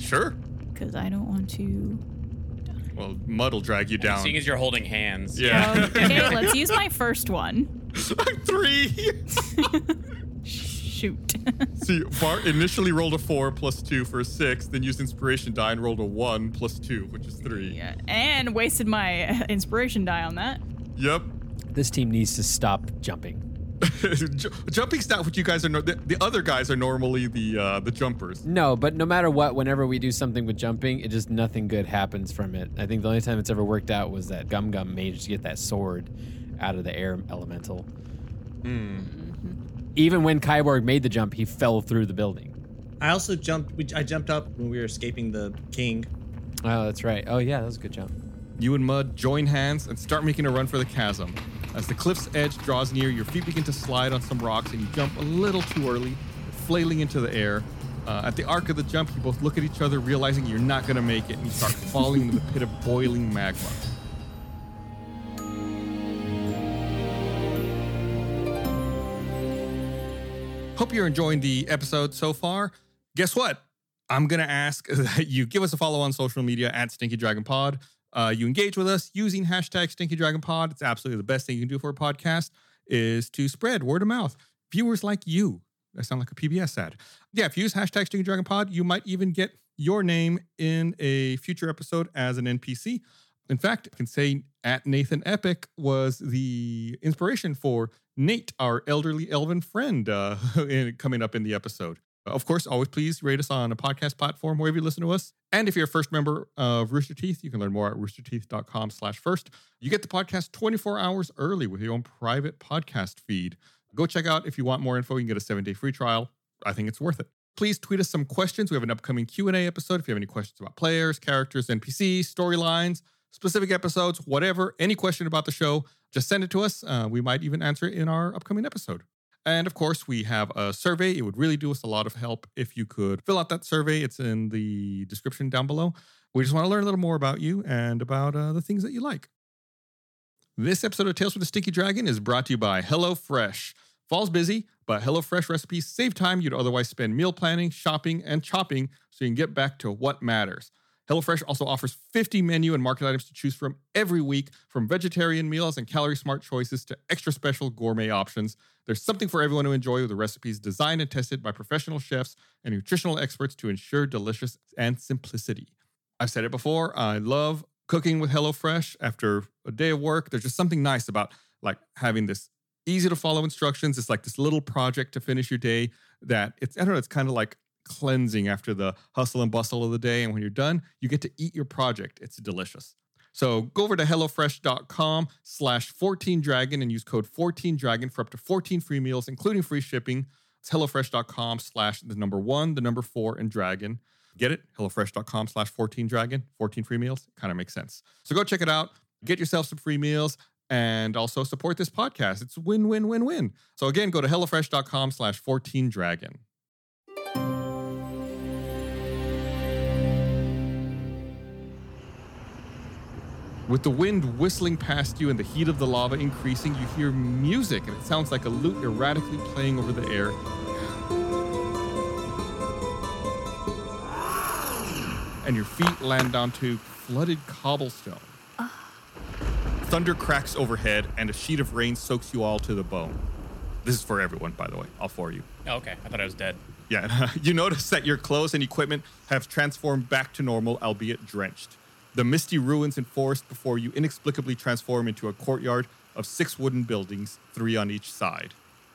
[SPEAKER 2] Sure.
[SPEAKER 6] Because I don't want to.
[SPEAKER 2] Well, mud will drag you down.
[SPEAKER 5] Seeing as you're holding hands.
[SPEAKER 2] yeah.
[SPEAKER 6] Okay, let's use my first one.
[SPEAKER 2] Three.
[SPEAKER 6] Shoot.
[SPEAKER 2] See, Bart initially rolled a four plus two for a six, then used inspiration die and rolled a one plus two, which is three.
[SPEAKER 6] yeah, and wasted my inspiration die on that.
[SPEAKER 2] Yep.
[SPEAKER 4] This team needs to stop jumping.
[SPEAKER 2] Ju- Jumping's not what you guys are. No- the, the other guys are normally the uh, the jumpers.
[SPEAKER 4] No, but no matter what, whenever we do something with jumping, it just nothing good happens from it. I think the only time it's ever worked out was that Gum Gum managed to get that sword out of the air elemental. Even when Kyborg made the jump, he fell through the building.
[SPEAKER 7] I also jumped. We, I jumped up when we were escaping the king.
[SPEAKER 4] Oh, that's right. Oh, yeah, that was a good jump.
[SPEAKER 2] You and Mud join hands and start making a run for the chasm. As the cliff's edge draws near, your feet begin to slide on some rocks and you jump a little too early, flailing into the air. Uh, at the arc of the jump, you both look at each other, realizing you're not going to make it, and you start falling into the pit of boiling magma. Hope you're enjoying the episode so far. Guess what? I'm going to ask that you give us a follow on social media at Stinky Dragon Pod. Uh, you engage with us using hashtag Stinky Dragon Pod. It's absolutely the best thing you can do for a podcast is to spread word of mouth. Viewers like you. That sound like a PBS ad. Yeah, if you use hashtag Stinky Dragon Pod, you might even get your name in a future episode as an NPC. In fact, I can say at Nathan Epic was the inspiration for Nate, our elderly elven friend, uh, in- coming up in the episode. Of course, always please rate us on a podcast platform wherever you listen to us. And if you're a first member of Rooster Teeth, you can learn more at roosterteeth.com slash first. You get the podcast 24 hours early with your own private podcast feed. Go check out if you want more info. You can get a seven-day free trial. I think it's worth it. Please tweet us some questions. We have an upcoming Q&A episode. If you have any questions about players, characters, NPCs, storylines, specific episodes, whatever, any question about the show, just send it to us. Uh, we might even answer it in our upcoming episode. And of course, we have a survey. It would really do us a lot of help if you could fill out that survey. It's in the description down below. We just want to learn a little more about you and about uh, the things that you like. This episode of Tales from the Stinky Dragon is brought to you by HelloFresh. Fall's busy, but HelloFresh recipes save time you'd otherwise spend meal planning, shopping, and chopping so you can get back to what matters. HelloFresh also offers 50 menu and market items to choose from every week, from vegetarian meals and calorie smart choices to extra special gourmet options. There's something for everyone to enjoy with the recipes designed and tested by professional chefs and nutritional experts to ensure delicious and simplicity. I've said it before, I love cooking with HelloFresh after a day of work. There's just something nice about like having this easy to follow instructions. It's like this little project to finish your day that it's, I don't know, it's kind of like cleansing after the hustle and bustle of the day. And when you're done, you get to eat your project. It's delicious. So go over to HelloFresh.com slash 14Dragon and use code 14Dragon for up to 14 free meals, including free shipping. It's HelloFresh.com slash the number one, the number four, and dragon. Get it? HelloFresh.com slash 14Dragon, 14 free meals. Kind of makes sense. So go check it out. Get yourself some free meals and also support this podcast. It's win, win, win, win. So again, go to HelloFresh.com slash 14Dragon. With the wind whistling past you and the heat of the lava increasing, you hear music, and it sounds like a lute erratically playing over the air. And your feet land onto flooded cobblestone. Ah. Thunder cracks overhead, and a sheet of rain soaks you all to the bone. This is for everyone, by the way, all four of you.
[SPEAKER 5] Oh, okay. I thought I was dead.
[SPEAKER 2] Yeah, you notice that your clothes and equipment have transformed back to normal, albeit drenched. The misty ruins and forest before you inexplicably transform into a courtyard of six wooden buildings, three on each side.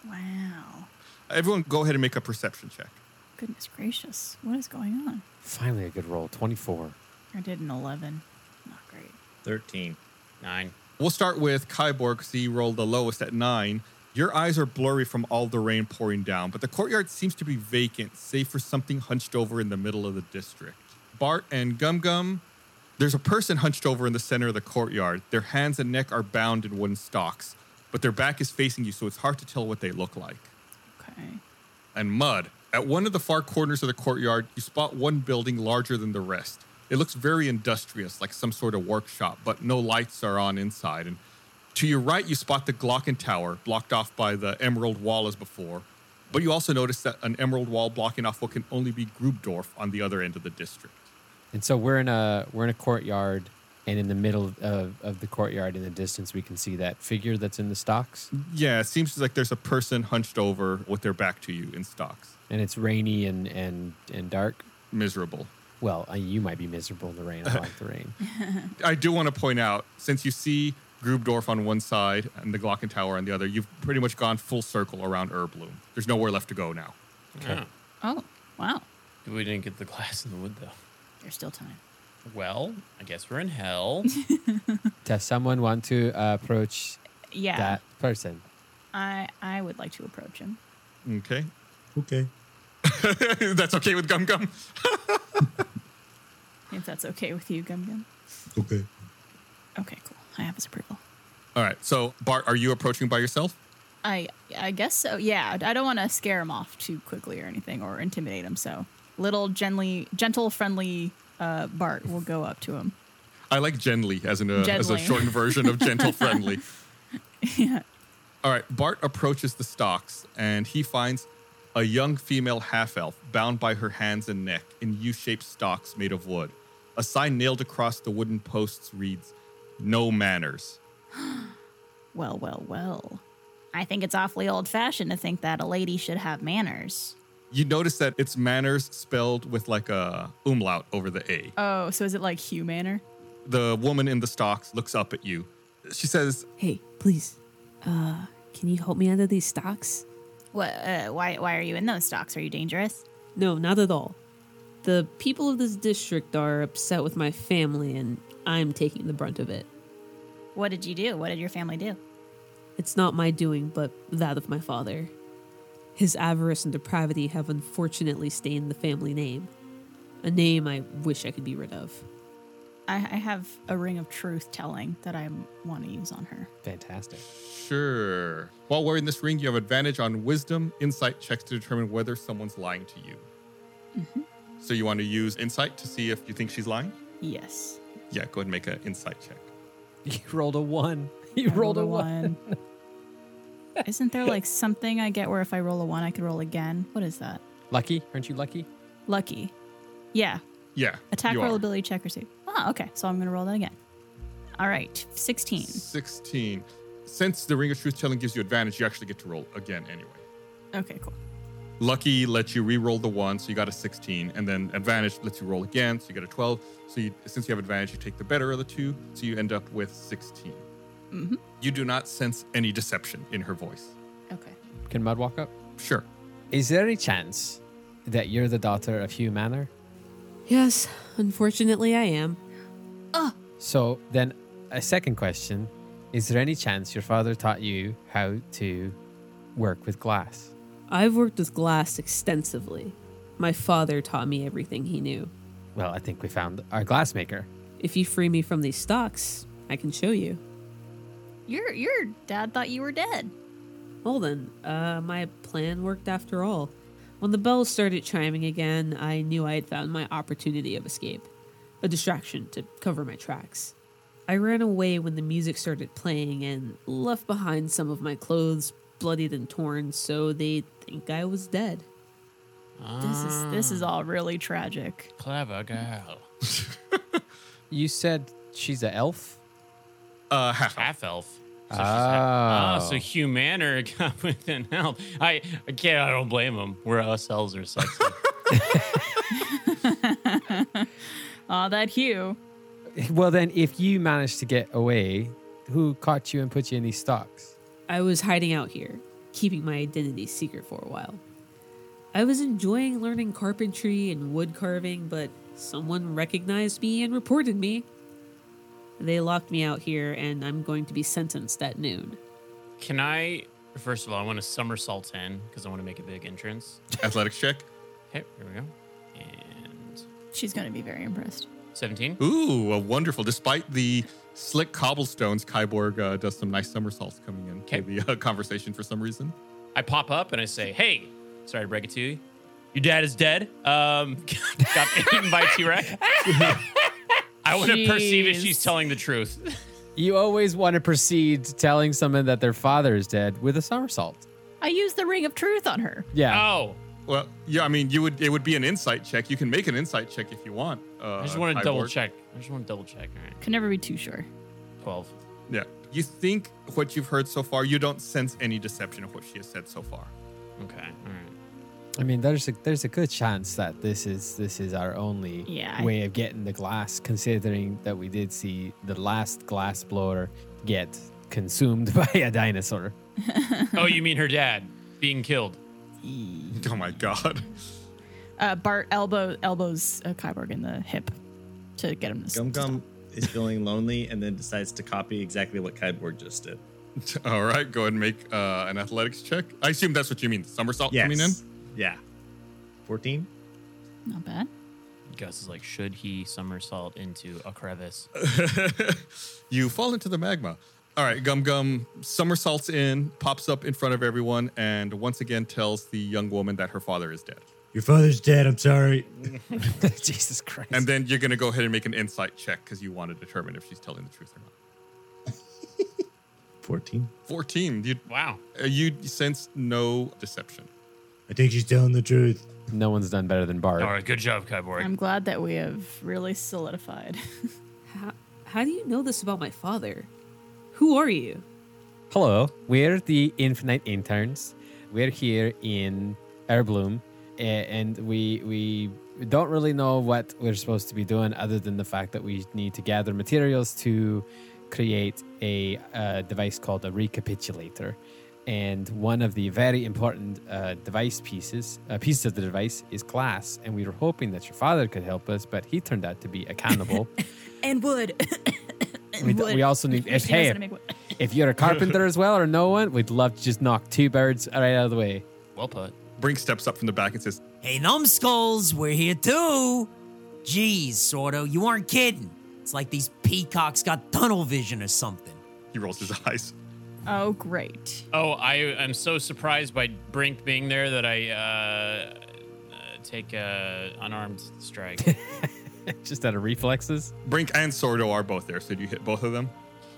[SPEAKER 10] Wow.
[SPEAKER 2] Everyone, go ahead and make a perception check.
[SPEAKER 10] Goodness gracious. What is going on?
[SPEAKER 4] Finally, a good roll. 24.
[SPEAKER 10] I did an 11. Not great.
[SPEAKER 7] Thirteen.
[SPEAKER 5] Nine.
[SPEAKER 2] We'll start with Kyborg, because he rolled the lowest at nine. Your eyes are blurry from all the rain pouring down, but the courtyard seems to be vacant, save for something hunched over in the middle of the district. Bart and Gum Gum, there's a person hunched over in the center of the courtyard. Their hands and neck are bound in wooden stocks, but their back is facing you, so it's hard to tell what they look like.
[SPEAKER 10] Okay.
[SPEAKER 2] And Mud, At one of the far corners of the courtyard, you spot one building larger than the rest. It looks very industrious, like some sort of workshop, but no lights are on inside. And to your right, you spot the Glocken Tower, blocked off by the Emerald Wall as before. But you also notice that an Emerald Wall blocking off what can only be Grubdorf on the other end of the district.
[SPEAKER 4] And so we're in a we're in a courtyard, and in the middle of, of the courtyard, in the distance, we can see that figure that's in the stocks,
[SPEAKER 2] Yeah, it seems like there's a person hunched over with their back to you in stocks.
[SPEAKER 4] and it's rainy and and and dark.
[SPEAKER 2] Miserable.
[SPEAKER 4] Well, uh, you might be miserable in the rain. I like the rain.
[SPEAKER 2] I do want to point out, since you see Grubdorf on one side and the Glocken Tower on the other, you've pretty much gone full circle around Erbloom. There's nowhere left to go now.
[SPEAKER 5] Yeah.
[SPEAKER 6] Oh, wow.
[SPEAKER 5] We didn't get the glass in the wood, though.
[SPEAKER 6] There's still time.
[SPEAKER 5] Well, I guess we're in hell.
[SPEAKER 4] Does someone want to uh, approach
[SPEAKER 6] Yeah,
[SPEAKER 4] that person?
[SPEAKER 6] I I would like to approach him.
[SPEAKER 2] Okay.
[SPEAKER 11] Okay.
[SPEAKER 2] That's okay with Gum Gum.
[SPEAKER 6] If that's okay with you, Gum Gum.
[SPEAKER 11] Okay.
[SPEAKER 6] Okay, cool. I have his approval.
[SPEAKER 2] All right. So, Bart, are you approaching by yourself?
[SPEAKER 6] I I guess so. Yeah, I don't want to scare him off too quickly or anything, or intimidate him. So little gently, gentle, friendly uh, Bart will go up to him.
[SPEAKER 2] I like gently as an uh, as a
[SPEAKER 6] Gently.
[SPEAKER 2] shortened version of gentle friendly.
[SPEAKER 6] yeah.
[SPEAKER 2] All right, Bart approaches the stocks and he finds a young female half elf bound by her hands and neck in U shaped stocks made of wood. A sign nailed across the wooden posts reads, No manners.
[SPEAKER 6] Well, well, well. I think it's awfully old fashioned to think that a lady should have manners.
[SPEAKER 2] You notice that it's manners spelled with like a umlaut over the A.
[SPEAKER 12] Oh, so is it like Hugh Manor?
[SPEAKER 2] The woman in the stocks looks up at you. She says,
[SPEAKER 7] Hey, please. Uh, can you help me out of these stocks?
[SPEAKER 6] What, uh, why, why are you in those stocks? Are you dangerous?
[SPEAKER 7] No, not at all. The people of this district are upset with my family, and I'm taking the brunt of it.
[SPEAKER 6] What did you do? What did your family do?
[SPEAKER 7] It's not my doing, but that of my father. His avarice and depravity have unfortunately stained the family name, a name I wish I could be rid of.
[SPEAKER 6] I, I have a ring of truth telling that I want to use on her.
[SPEAKER 4] Fantastic.
[SPEAKER 2] Sure. While wearing this ring, you have advantage on wisdom insight checks to determine whether someone's lying to you.
[SPEAKER 6] Mm-hmm.
[SPEAKER 2] So you want to use insight to see if you think she's lying?
[SPEAKER 6] Yes.
[SPEAKER 2] Yeah, go ahead and make an insight check.
[SPEAKER 4] You rolled a one. You
[SPEAKER 12] I
[SPEAKER 4] rolled a one.
[SPEAKER 6] Isn't there like something I get where if I roll a one, I could roll again? What is that?
[SPEAKER 4] Lucky? Aren't you lucky?
[SPEAKER 6] Lucky. Yeah.
[SPEAKER 2] Yeah.
[SPEAKER 6] Attack
[SPEAKER 2] you are.
[SPEAKER 6] roll ability check or save. Ah, okay. So I'm going to roll that again. All right. 16.
[SPEAKER 2] 16. Since the ring of truth telling gives you advantage, you actually get to roll again anyway.
[SPEAKER 6] Okay, cool.
[SPEAKER 2] Lucky lets you re-roll the one, so you got a 16, and then advantage lets you roll again, so you get a 12. So you, since you have advantage, you take the better of the two, so you end up with 16.
[SPEAKER 6] Mm-hmm.
[SPEAKER 2] You do not sense any deception in her voice.
[SPEAKER 6] Okay.
[SPEAKER 4] Can Mud walk up?
[SPEAKER 2] Sure.
[SPEAKER 4] Is there any chance that you're the daughter of Hugh Manor?
[SPEAKER 7] Yes, unfortunately, I am.
[SPEAKER 4] So then, a second question: Is there any chance your father taught you how to work with glass?
[SPEAKER 7] I've worked with glass extensively. My father taught me everything he knew.
[SPEAKER 4] Well, I think we found our glassmaker.
[SPEAKER 7] If you free me from these stocks, I can show you.
[SPEAKER 6] Your your dad thought you were dead.
[SPEAKER 7] Well then, uh, my plan worked after all. When the bells started chiming again, I knew I had found my opportunity of escape, a distraction to cover my tracks. I ran away when the music started playing and left behind some of my clothes, bloodied and torn, so they think I was dead.
[SPEAKER 6] This is this is all really tragic.
[SPEAKER 5] Clever girl.
[SPEAKER 4] You said she's an elf.
[SPEAKER 2] Uh, half.
[SPEAKER 5] Half elf. So she's half- oh, so humaner got within help. I, I can't. I don't blame him. We're ourselves are sexy.
[SPEAKER 12] Aw, that Hugh.
[SPEAKER 4] Well, then, if you managed to get away, who caught you and put you in these stocks?
[SPEAKER 7] I was hiding out here, keeping my identity secret for a while. I was enjoying learning carpentry and wood carving, but someone recognized me and reported me. They locked me out here, and I'm going to be sentenced at noon.
[SPEAKER 5] Can I? First of all, I want to somersault in because I want to make a big entrance.
[SPEAKER 2] Athletics check.
[SPEAKER 5] Okay, here we go. And
[SPEAKER 6] She's gonna be very impressed.
[SPEAKER 5] 17.
[SPEAKER 2] Ooh, a wonderful. Despite the slick cobblestones, Kyborg uh, does some nice somersaults coming in
[SPEAKER 5] Okay.
[SPEAKER 2] to the uh, conversation for some reason.
[SPEAKER 5] I pop up and I say, "Hey, sorry to break it to you, Your dad is dead. Um, got eaten by T Rex. I want to perceive if she's telling the truth.
[SPEAKER 4] You always want to proceed telling someone that their father is dead with a somersault.
[SPEAKER 10] I used the ring of truth on her.
[SPEAKER 4] Yeah.
[SPEAKER 5] Oh.
[SPEAKER 2] Well, yeah. I mean, you would. It would be an insight check. You can make an insight check if you want. Uh,
[SPEAKER 5] I just want to double
[SPEAKER 2] Cyborg.
[SPEAKER 5] check. I just want to double check. All right.
[SPEAKER 6] Can never be too sure.
[SPEAKER 5] 12.
[SPEAKER 2] Yeah. You think what you've heard so far, you don't sense any deception of what she has said so far.
[SPEAKER 5] Okay. All right.
[SPEAKER 4] I mean, there's a there's a good chance that this is this is our only
[SPEAKER 10] Yeah, I-
[SPEAKER 4] way of getting the glass, considering that we did see the last glass blower get consumed by a dinosaur.
[SPEAKER 5] oh, you mean her dad being killed?
[SPEAKER 2] Oh my god.
[SPEAKER 6] Uh, Bart elbow elbows uh, Kyborg in the hip to get him to
[SPEAKER 7] Gum
[SPEAKER 6] stop.
[SPEAKER 7] Gum is feeling lonely and then decides to copy exactly what Kyborg just did.
[SPEAKER 2] All right. Go ahead and make uh, an athletics check. I assume that's what you mean. The somersault
[SPEAKER 7] Yes.
[SPEAKER 2] coming in.
[SPEAKER 7] Yeah. 14?
[SPEAKER 6] Not bad.
[SPEAKER 5] Gus is like, should he somersault into a crevice?
[SPEAKER 2] you fall into the magma. All right, Gum Gum somersaults in, pops up in front of everyone, and once again tells the young woman that her father is dead.
[SPEAKER 9] Your father's dead. I'm sorry.
[SPEAKER 4] Jesus Christ.
[SPEAKER 2] And then you're going to go ahead and make an insight check because you want to determine if she's telling the truth or not.
[SPEAKER 7] 14.
[SPEAKER 2] 14. You,
[SPEAKER 5] Wow.
[SPEAKER 2] uh, you sense no deception.
[SPEAKER 9] I think she's telling the truth.
[SPEAKER 4] No one's done better than Bart.
[SPEAKER 5] All right. Good job, Kyborg.
[SPEAKER 6] I'm glad that we have really solidified.
[SPEAKER 13] How, how do you know this about my father? Who are you?
[SPEAKER 4] Hello, we're the Infinite Interns. We're here in Airbloom, a- and we we don't really know what we're supposed to be doing, other than the fact that we need to gather materials to create a, uh device called a recapitulator. And one of the very important uh, device pieces, uh, pieces of the device, is glass. And we were hoping that your father could help us, but he turned out to be a cannibal.
[SPEAKER 10] And wood.
[SPEAKER 4] we,
[SPEAKER 10] Wood.
[SPEAKER 4] we also need.
[SPEAKER 10] She knows
[SPEAKER 4] Hey,
[SPEAKER 10] how to make wood.
[SPEAKER 4] if you're a carpenter as well or no one, we'd love to just knock two birds right out of the way.
[SPEAKER 5] Well put.
[SPEAKER 2] Brink steps up from the back and says,
[SPEAKER 14] Hey, numbskulls, we're here too. Jeez, Sordo, you aren't kidding. It's like these peacocks got tunnel vision or something.
[SPEAKER 2] He rolls his eyes.
[SPEAKER 6] oh, great.
[SPEAKER 5] Oh, I am so surprised by Brink being there that I uh, uh, take a unarmed strike.
[SPEAKER 4] just out of reflexes.
[SPEAKER 2] Brink and Sordo are both there. So do you hit both of them?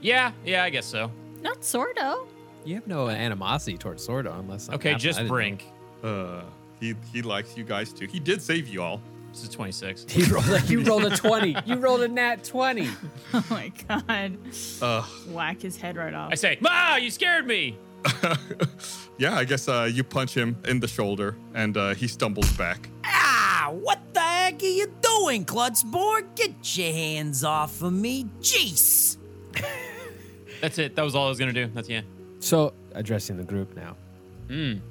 [SPEAKER 5] yeah, yeah, I guess so.
[SPEAKER 10] Not Sordo.
[SPEAKER 4] You have no animosity towards Sordo unless something
[SPEAKER 5] Okay,
[SPEAKER 4] happened. I
[SPEAKER 5] just
[SPEAKER 4] didn't
[SPEAKER 5] Brink.
[SPEAKER 2] Uh, he, he likes you guys too. He did save you all.
[SPEAKER 5] This is 26.
[SPEAKER 4] know. You rolled, a, you rolled a 20. You rolled a nat 20.
[SPEAKER 6] Oh my god.
[SPEAKER 2] Uh,
[SPEAKER 6] Whack his head right off.
[SPEAKER 5] I say, Ma, you scared me.
[SPEAKER 2] yeah, I guess uh, you punch him in the shoulder and uh, he stumbles back.
[SPEAKER 14] Ah, what the heck are you doing, Klutzborg? Get your hands off of me. Jeez.
[SPEAKER 5] That's it. That was all I was gonna do. That's yeah.
[SPEAKER 4] So, addressing the group now. Hmm.
[SPEAKER 5] Mm.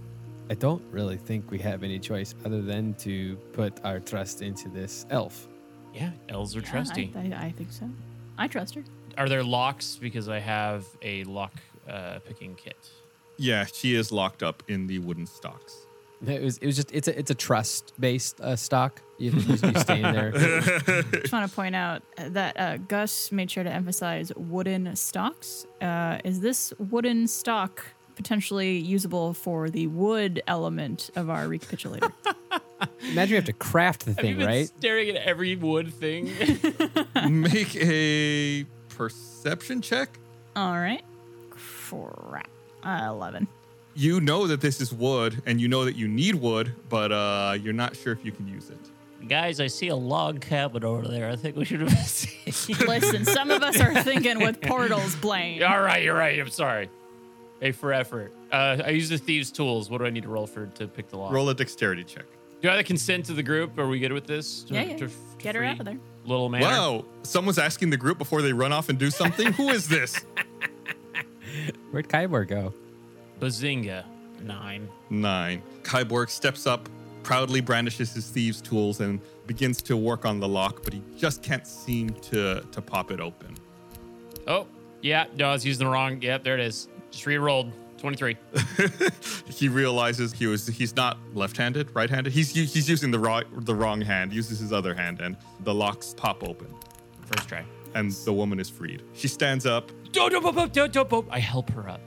[SPEAKER 4] I don't really think we have any choice other than to put our trust into this elf.
[SPEAKER 5] Yeah, elves are
[SPEAKER 6] Yeah,
[SPEAKER 5] trusty.
[SPEAKER 6] I, I, I think so. I trust her.
[SPEAKER 5] Are there locks? Because I have a lock uh, picking kit.
[SPEAKER 2] Yeah, she is locked up in the wooden stocks.
[SPEAKER 4] It was, it was just it's a it's a trust based uh, stock. You, you, you stay in there.
[SPEAKER 6] Just want to point out that uh, Gus made sure to emphasize wooden stocks. Uh, is this wooden stock potentially usable for the wood element of our recapitulator?
[SPEAKER 4] Imagine you have to craft the thing, right?
[SPEAKER 5] Staring at every wood thing.
[SPEAKER 2] Make a perception check.
[SPEAKER 6] All right. Crap. Uh, 11.
[SPEAKER 2] You know that this is wood, and you know that you need wood, but uh, you're not sure if you can use it.
[SPEAKER 5] Guys, I see a log cabin over there. I think we should have.
[SPEAKER 6] Listen, some of us are thinking with portals, Blaine.
[SPEAKER 5] All right, you're right. I'm sorry. A for effort. Uh, I use the thieves' tools. What do I need to roll for to pick the lock?
[SPEAKER 2] Roll a dexterity check.
[SPEAKER 5] Do I have to consent to the group? Are we good with this? To-
[SPEAKER 6] Yeah, yeah.
[SPEAKER 5] to- to
[SPEAKER 6] Get her
[SPEAKER 5] free
[SPEAKER 6] out of there.
[SPEAKER 5] Little man.
[SPEAKER 2] Wow, someone's asking the group before they run off and do something. Who is this?
[SPEAKER 4] Where'd Kybor go?
[SPEAKER 5] Bazinga. Nine.
[SPEAKER 2] Nine. Kyborg steps up, proudly brandishes his thieves' tools, and begins to work on the lock, but he just can't seem to, to pop it open.
[SPEAKER 5] Oh, yeah. No, I was using the wrong. Yep, there it is. Just re-rolled. 23.
[SPEAKER 2] he realizes he was he's not left-handed, right-handed. He's u- he's using the right the wrong hand. Uses his other hand, and the locks pop open,
[SPEAKER 5] First try.
[SPEAKER 2] and the woman is freed. She stands up.
[SPEAKER 5] Don't, don't, don't, don't, don't, don't. I help her up.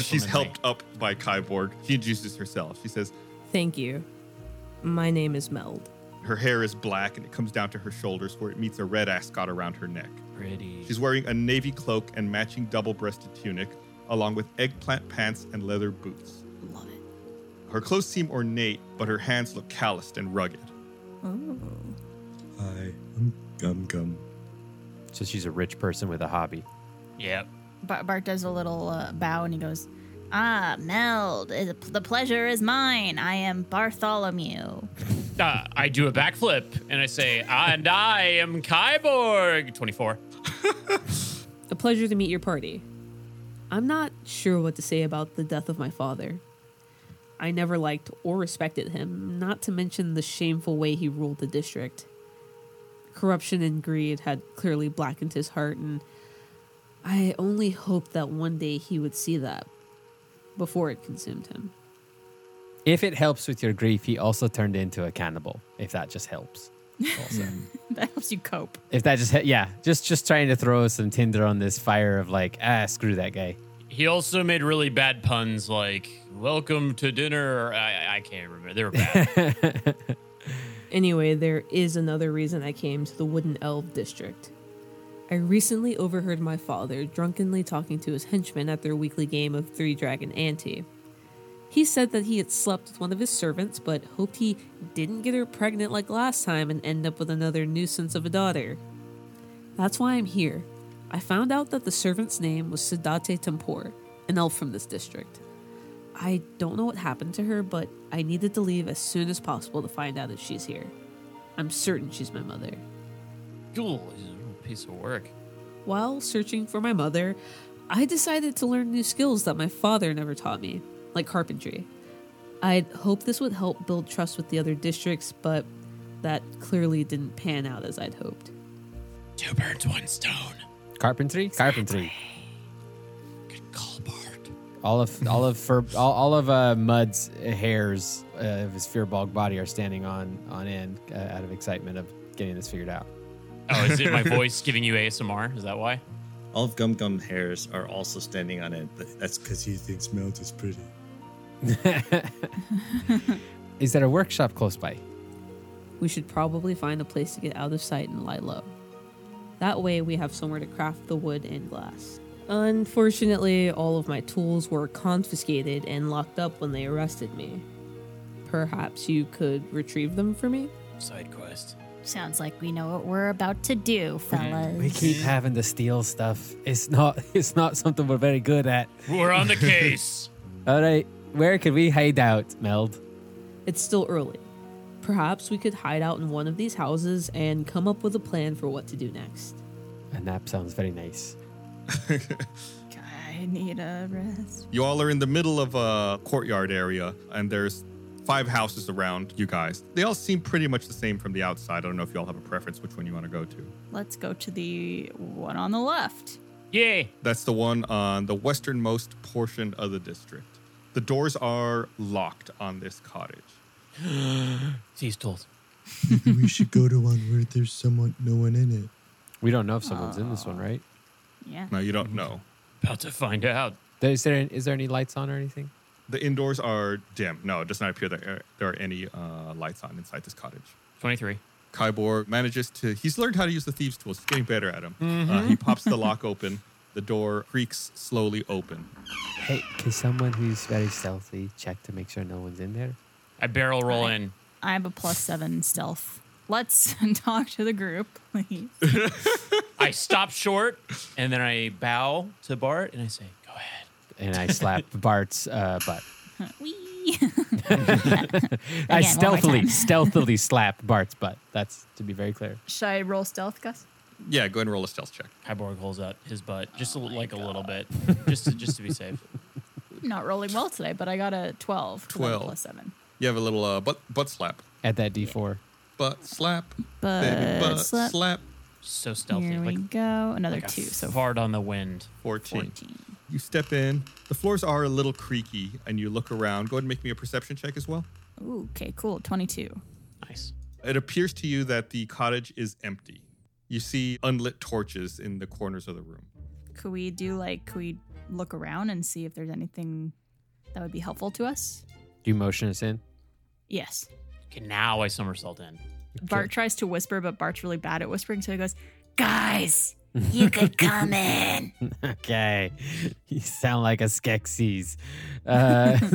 [SPEAKER 2] She's helped up by Kyborg. She introduces herself. She says,
[SPEAKER 13] Thank you. My name is Meld.
[SPEAKER 2] Her hair is black and it comes down to her shoulders where it meets a red ascot around her neck.
[SPEAKER 14] Pretty.
[SPEAKER 2] She's wearing a navy cloak and matching double breasted tunic, along with eggplant pants and leather boots.
[SPEAKER 13] Love it.
[SPEAKER 2] Her clothes seem ornate, but her hands look calloused and rugged.
[SPEAKER 9] Hi, I'm Gum Gum.
[SPEAKER 4] So she's a rich person with a hobby.
[SPEAKER 5] Yep.
[SPEAKER 10] Bart, Bart does a little uh, bow and he goes, Ah, Meld, eh, the pleasure is mine. I am Bartholomew.
[SPEAKER 5] Uh, I do a backflip and I say, and I am Kyborg 24.
[SPEAKER 13] A pleasure to meet your party. I'm not sure what to say about the death of my father. I never liked or respected him, not to mention the shameful way he ruled the district. Corruption and greed had clearly blackened his heart, and I only hoped that one day he would see that before it consumed him.
[SPEAKER 4] If it helps with your grief, he also turned into a cannibal. If that just helps. Also.
[SPEAKER 6] that helps you cope.
[SPEAKER 4] If that just he- yeah, just just trying to throw some tinder on this fire of like ah screw that guy.
[SPEAKER 5] He also made really bad puns like, welcome to dinner. or I, I can't remember. They were bad.
[SPEAKER 13] Anyway, there is another reason I came to the Wooden Elf District. I recently overheard my father drunkenly talking to his henchmen at their weekly game of Three Dragon Ante. He said that he had slept with one of his servants, but hoped he didn't get her pregnant like last time and end up with another nuisance of a daughter. That's why I'm here. I found out that the servant's name was Siddate Tempor, an elf from this district. I don't know what happened to her, but I needed to leave as soon as possible to find out if she's here. I'm certain she's my mother.
[SPEAKER 5] Jewel is a little piece of work.
[SPEAKER 13] While searching for my mother, I decided to learn new skills that my father never taught me, like carpentry. I'd hoped this would help build trust with the other districts, but that clearly didn't pan out as I'd hoped.
[SPEAKER 5] Two birds, one stone.
[SPEAKER 4] Carpentry, carpentry. Good call, Bart. All of all of fur, all, all of uh, Mud's hairs uh, of his fearbog body are standing on on end uh, out of excitement of getting this figured out.
[SPEAKER 5] Oh, is it my voice giving you ASMR? Is that why?
[SPEAKER 7] All of Gum Gum hairs are also standing on it, but that's because he thinks Meld is pretty.
[SPEAKER 4] Is there a workshop close by?
[SPEAKER 13] We should probably find a place to get out of sight and lie low. That way, we have somewhere to craft the wood and glass. Unfortunately, all of my tools were confiscated and locked up when they arrested me. Perhaps you could retrieve them for me?
[SPEAKER 5] Side quest.
[SPEAKER 10] Sounds like we know what we're about to do, fellas.
[SPEAKER 4] We keep having to steal stuff. It's not it's not something we're very good at.
[SPEAKER 5] We're on the case.
[SPEAKER 4] all right, where could we hide out, Meld?
[SPEAKER 13] It's still early. Perhaps we could hide out in one of these houses and come up with a plan for what to do next.
[SPEAKER 4] A nap sounds very nice.
[SPEAKER 6] I need a rest.
[SPEAKER 2] You all are in the middle of a courtyard area, and there's five houses around you guys. They all seem pretty much the same from the outside. I don't know if you all have a preference which one you want to go to.
[SPEAKER 6] Let's go to the one on the left.
[SPEAKER 5] Yay.
[SPEAKER 2] That's the one on the westernmost portion of the district. The doors are locked on this cottage.
[SPEAKER 5] These tools.
[SPEAKER 9] Maybe we should go to one where there's someone, no one in it.
[SPEAKER 4] We don't know if someone's in this one, right?
[SPEAKER 6] Yeah.
[SPEAKER 2] No, you don't know.
[SPEAKER 5] About to find out.
[SPEAKER 4] Is there is there any lights on or anything?
[SPEAKER 2] The indoors are dim. No, it does not appear that there- there are any uh, lights on inside this cottage.
[SPEAKER 5] 23.
[SPEAKER 2] Kyborg manages to, he's learned how to use the thieves' tools. He's getting better at them. Uh, he pops the lock open. The door creaks slowly open.
[SPEAKER 4] Hey, can someone who's very stealthy check to make sure no one's in there?
[SPEAKER 5] I barrel roll in.
[SPEAKER 6] I have a plus seven stealth. Let's talk to the group, please.
[SPEAKER 5] I stop short and then I bow to Bart and I say, go ahead.
[SPEAKER 4] And I slap Bart's uh, butt.
[SPEAKER 10] Wee.
[SPEAKER 4] I
[SPEAKER 10] more
[SPEAKER 4] stealthily
[SPEAKER 10] time.
[SPEAKER 4] stealthily slap Bart's butt. That's to be very clear.
[SPEAKER 6] Should I roll stealth, Gus?
[SPEAKER 2] Yeah, go ahead and roll a stealth check.
[SPEAKER 5] Kyborg holds up his butt just a, like a little bit, just to, just to be safe.
[SPEAKER 6] I'm not rolling well today, but I got a 12. 'cause I have a
[SPEAKER 2] 12.
[SPEAKER 6] Plus seven.
[SPEAKER 2] You have a little uh, butt, butt slap.
[SPEAKER 4] At that D4.
[SPEAKER 2] Butt slap.
[SPEAKER 6] Butt
[SPEAKER 2] baby, butt
[SPEAKER 6] slap.
[SPEAKER 2] slap.
[SPEAKER 5] So stealthy.
[SPEAKER 6] Here we
[SPEAKER 5] like,
[SPEAKER 6] go. Another
[SPEAKER 5] like a
[SPEAKER 6] two. So
[SPEAKER 5] fart on the wind.
[SPEAKER 2] 14. You step in. The floors are a little creaky, and you look around. Go ahead and make me a perception check as well.
[SPEAKER 6] Ooh, okay, cool. 22.
[SPEAKER 5] Nice.
[SPEAKER 2] It appears to you that the cottage is empty. You see unlit torches in the corners of the room.
[SPEAKER 6] Could we do like, could we look around and see if there's anything that would be helpful to us?
[SPEAKER 4] Do you motion us in?
[SPEAKER 6] Yes.
[SPEAKER 5] Okay, now I somersault in.
[SPEAKER 6] Bart tries to whisper, but Bart's really bad at whispering, so he goes,
[SPEAKER 10] Guys, you could come in.
[SPEAKER 4] okay. You sound like a Skeksis. Uh,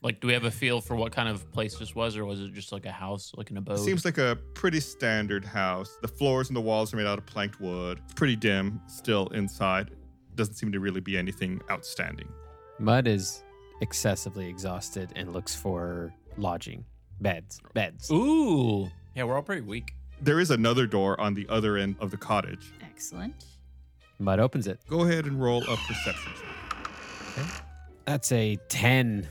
[SPEAKER 5] Like, do we have a feel for what kind of place this was, or was it just like a house, like an abode?
[SPEAKER 2] It seems like a pretty standard house. The floors and the walls are made out of planked wood. It's pretty dim still inside. Doesn't seem to really be anything outstanding.
[SPEAKER 4] Mud is excessively exhausted and looks for lodging, beds, beds.
[SPEAKER 5] Ooh. Yeah, we're all pretty weak.
[SPEAKER 2] There is another door on the other end of the cottage.
[SPEAKER 10] Excellent.
[SPEAKER 4] Mud opens it.
[SPEAKER 2] Go ahead and roll a perception.
[SPEAKER 4] That's a 10.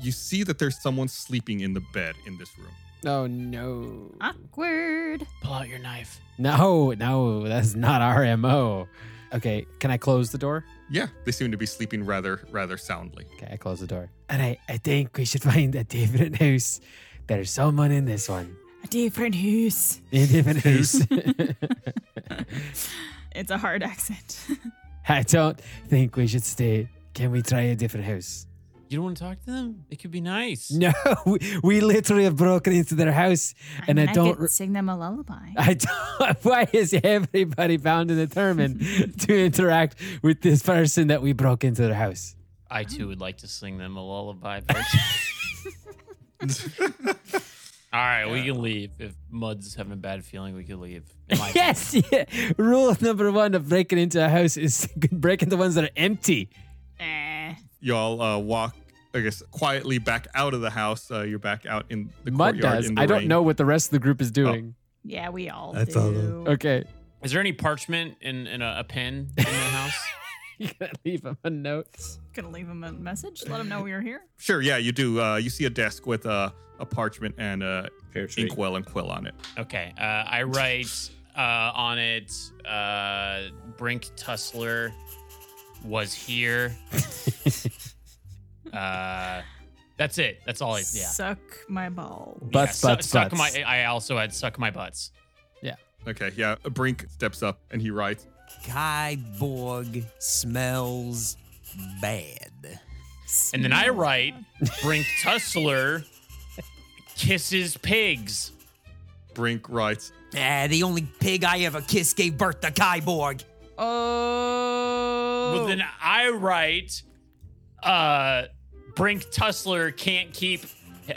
[SPEAKER 2] You see that there's someone sleeping in the bed in this room.
[SPEAKER 4] Oh, no.
[SPEAKER 10] Awkward.
[SPEAKER 5] Pull out your knife.
[SPEAKER 4] No, no, that's not our MO. Okay, can I close the door?
[SPEAKER 2] Yeah, they seem to be sleeping rather, rather soundly.
[SPEAKER 4] Okay, I close the door. And I, I think we should find a different house. There's someone in this one.
[SPEAKER 6] A different hoose.
[SPEAKER 4] A different house.
[SPEAKER 6] It's a hard accent.
[SPEAKER 4] I don't think we should stay. Can we try a different house?
[SPEAKER 5] You don't want to talk to them? It could be nice.
[SPEAKER 4] No, we, we literally have broken into their house, and I,
[SPEAKER 10] mean,
[SPEAKER 4] don't.
[SPEAKER 10] could sing them a lullaby.
[SPEAKER 4] I don't. Why is everybody bound and determined to interact with this person that we broke into their house?
[SPEAKER 5] I too would like to sing them a lullaby. Bart. all right, we can leave. If Mud's having a bad feeling, we can leave. In my
[SPEAKER 4] yes. Yeah. Rule number one of breaking into a house is breaking the ones that are empty.
[SPEAKER 6] Eh,
[SPEAKER 2] Y'all uh, walk, I guess, quietly back out of the house. Uh, you're back out in the
[SPEAKER 4] Mud
[SPEAKER 2] courtyard.
[SPEAKER 4] does.
[SPEAKER 2] In the
[SPEAKER 4] I don't
[SPEAKER 2] rain. Oh.
[SPEAKER 4] know what the rest of the group is doing.
[SPEAKER 6] yeah, we all
[SPEAKER 4] I
[SPEAKER 6] do.
[SPEAKER 4] follow. Okay.
[SPEAKER 5] Is there any parchment in, in a, a pen in the house?
[SPEAKER 4] you gotta leave him a note.
[SPEAKER 6] Gonna leave him a message. Let him know we are here.
[SPEAKER 2] Sure, yeah, you do. Uh, you see a desk with uh, a parchment and a inkwell and quill on it.
[SPEAKER 5] Okay, uh, I write uh, on it. Uh, Brink Tussler was here. uh, that's it. That's all. I, yeah.
[SPEAKER 6] Suck my ball.
[SPEAKER 4] Butts,
[SPEAKER 5] yeah,
[SPEAKER 4] butts,
[SPEAKER 5] su- suck
[SPEAKER 4] butts.
[SPEAKER 5] my. I also had suck my butts.
[SPEAKER 2] Okay, yeah. Brink steps up and he writes,
[SPEAKER 14] Kai Borg smells bad.
[SPEAKER 5] And then I write Brink Tussler kisses pigs.
[SPEAKER 2] Brink writes,
[SPEAKER 14] Eh, the only pig I ever kissed gave birth to Kai Borg.
[SPEAKER 6] Oh.
[SPEAKER 5] Well, then I write uh, Brink Tussler can't keep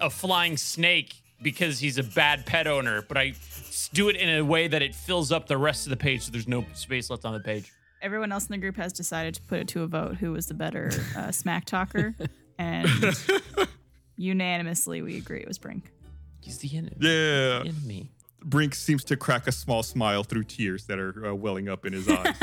[SPEAKER 5] a flying snake because he's a bad pet owner, but I s- do it in a way that it fills up the rest of the page so there's no space left on the page.
[SPEAKER 6] Everyone else in the group has decided to put it to a vote who was the better uh, smack talker, and unanimously we agree it was Brink.
[SPEAKER 5] He's the enemy.
[SPEAKER 2] Yeah.
[SPEAKER 5] Enemy.
[SPEAKER 2] Brink seems to crack a small smile through tears that are uh, welling up in his eyes.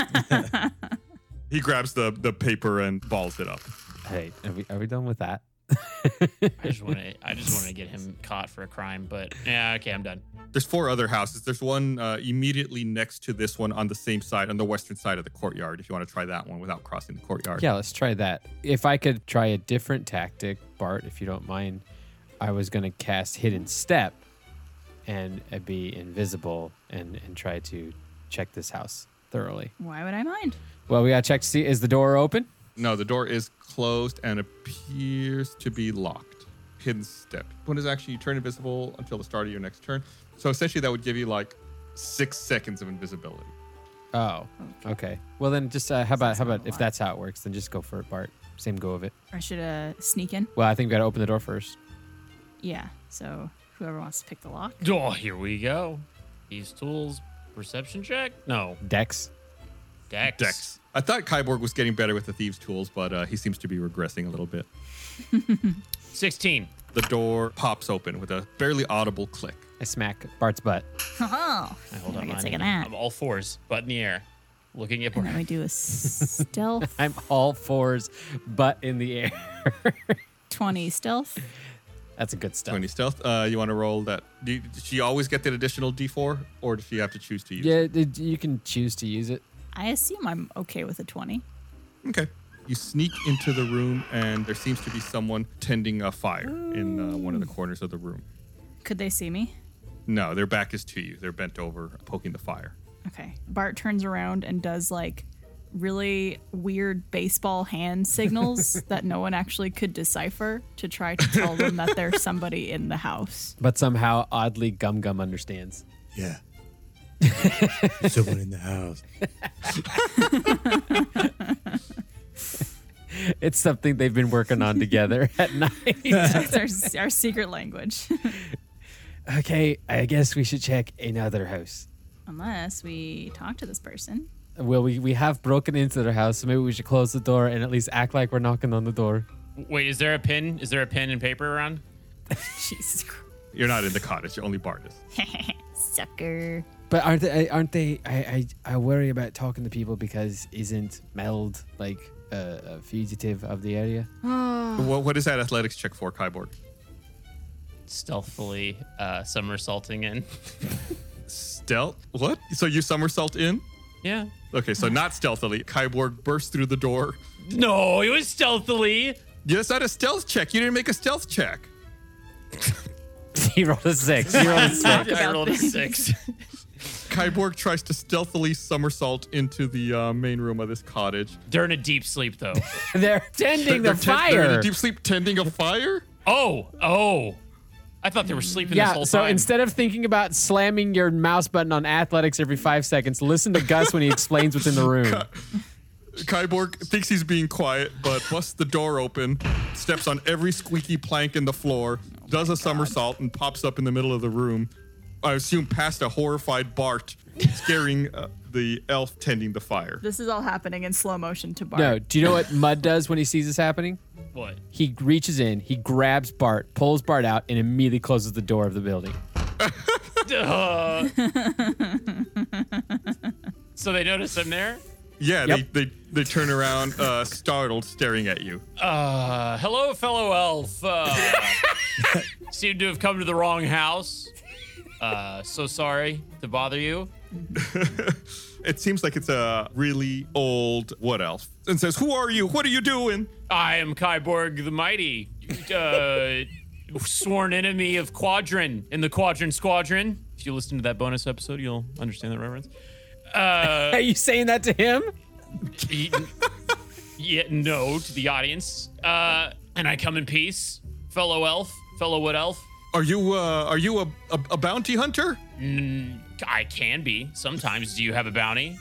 [SPEAKER 2] he grabs the, the paper and balls it up.
[SPEAKER 4] Hey, are we, are we done with that?
[SPEAKER 5] I just want to. I just want to get him caught for a crime, but yeah, okay, I'm done.
[SPEAKER 2] There's four other houses. There's one uh, immediately next to this one on the same side, on the western side of the courtyard, if you want to try that one without crossing the courtyard.
[SPEAKER 4] Yeah, let's try that. If I could try a different tactic, Bart, if you don't mind, I was going to cast Hidden Step and uh, be invisible and, and try to check this house thoroughly.
[SPEAKER 6] Why would I mind?
[SPEAKER 4] Well, we got to check to see is the door open?
[SPEAKER 2] No, the door is closed and appears to be locked. Hidden step. When is actually you turn invisible until the start of your next turn. So essentially, that would give you like six seconds of invisibility.
[SPEAKER 4] Oh, okay. Well, then just uh, how about how about if that's how it works, then just go for it, Bart. Same go of it.
[SPEAKER 6] I should uh, sneak in.
[SPEAKER 4] Well, I think we got to open the door first.
[SPEAKER 6] Yeah. So whoever wants to pick the lock.
[SPEAKER 5] Oh, here we go. These tools. Perception check. No.
[SPEAKER 4] Dex.
[SPEAKER 5] Dex.
[SPEAKER 2] Dex. I thought Kyborg was getting better with the thieves' tools, but uh, he seems to be regressing a little bit.
[SPEAKER 5] 16.
[SPEAKER 2] The door pops open with a barely audible click.
[SPEAKER 4] I smack Bart's butt.
[SPEAKER 10] Oh,
[SPEAKER 5] I hold
[SPEAKER 10] I
[SPEAKER 5] on.
[SPEAKER 10] can
[SPEAKER 5] mine.
[SPEAKER 10] take a nap.
[SPEAKER 6] Ah.
[SPEAKER 5] I'm all fours, butt in the air, looking at.
[SPEAKER 6] And then we do a stealth
[SPEAKER 4] I'm all fours, butt in the air.
[SPEAKER 6] 20 stealth.
[SPEAKER 4] That's a good stuff.
[SPEAKER 2] Tony Stealth, uh, you want to roll that? Do you, did she always get that additional D4, or does she have to choose to use? it?
[SPEAKER 4] Yeah, did- you can choose to use it.
[SPEAKER 6] I assume I'm okay with a 20.
[SPEAKER 2] Okay. You sneak into the room, and there seems to be someone tending a fire in uh, one of the corners of the room.
[SPEAKER 6] Could they see me?
[SPEAKER 2] No, their back is to you. They're bent over, poking the fire.
[SPEAKER 6] Okay. Bart turns around and does like really weird baseball hand signals that no one actually could decipher to try to tell them that there's somebody in the house.
[SPEAKER 4] But somehow, oddly, Gum Gum understands.
[SPEAKER 9] Yeah. There's someone in the house.
[SPEAKER 4] It's something they've been working on together at night.
[SPEAKER 6] it's our, our secret language.
[SPEAKER 4] okay, I guess we should check another house.
[SPEAKER 6] Unless we talk to this person.
[SPEAKER 4] Well, we, we have broken into their house, so maybe we should close the door and at least act like we're knocking on the door.
[SPEAKER 5] Wait, is there a pin? Is there a pen and paper around?
[SPEAKER 6] Jesus Christ.
[SPEAKER 2] You're not in the cottage. You're only Bardis.
[SPEAKER 10] Sucker.
[SPEAKER 4] But aren't they? Aren't they? I, I, I worry about talking to people because isn't Meld like a, a fugitive of the area?
[SPEAKER 2] what, what is that athletics check for, Kyborg?
[SPEAKER 5] Stealthily uh, somersaulting in.
[SPEAKER 2] Stealth? What? So you somersault in?
[SPEAKER 5] Yeah.
[SPEAKER 2] Okay, so not stealthily. Kyborg bursts through the door.
[SPEAKER 5] No, it was stealthily.
[SPEAKER 2] Yes, not a stealth check. You didn't make a stealth check.
[SPEAKER 4] he rolled a six. He rolled a six.
[SPEAKER 5] I rolled a six.
[SPEAKER 2] Kyborg tries to stealthily somersault into the uh, main room of this cottage.
[SPEAKER 5] They're in a deep sleep though.
[SPEAKER 4] They're tending the
[SPEAKER 2] ten- they're in a
[SPEAKER 4] fire.
[SPEAKER 2] deep sleep tending a fire?
[SPEAKER 5] oh, oh. I thought they were sleeping this
[SPEAKER 4] Yeah,
[SPEAKER 5] whole
[SPEAKER 4] so
[SPEAKER 5] time.
[SPEAKER 4] instead of thinking about slamming your mouse button on athletics every five seconds, listen to Gus when he explains what's in the room.
[SPEAKER 2] Kyborg thinks he's being quiet, but busts the door open, steps on every squeaky plank in the floor,
[SPEAKER 4] Oh
[SPEAKER 2] does a somersault, and pops up in the middle of the room. I assume past a horrified Bart, scaring uh, the elf tending the fire.
[SPEAKER 6] This is all happening in slow motion to Bart.
[SPEAKER 4] No, do you know what Mud does when he sees this happening?
[SPEAKER 5] What?
[SPEAKER 4] He reaches in, he grabs Bart, pulls Bart out, and immediately closes the door of the building.
[SPEAKER 5] Duh. so they notice I'm there.
[SPEAKER 2] Yeah, they, they they turn around, uh, startled, staring at you.
[SPEAKER 5] Uh, hello, fellow elf. Uh, seem to have come to the wrong house. Uh, so sorry to bother you.
[SPEAKER 2] It seems like it's a really old what elf, and says, "Who are you? What are you doing?"
[SPEAKER 5] I am Kyborg the Mighty, uh, sworn enemy of Quadrin in the Quadrin Squadron. If you listen to that bonus episode, you'll understand that reference. Uh,
[SPEAKER 4] Are you saying that to him?
[SPEAKER 5] Ye- yeah, no to the audience. Uh, and I come in peace, fellow elf, fellow wood elf.
[SPEAKER 2] Are you uh, are you a, a, a bounty hunter?
[SPEAKER 5] Mm, I can be sometimes. Do you have a bounty?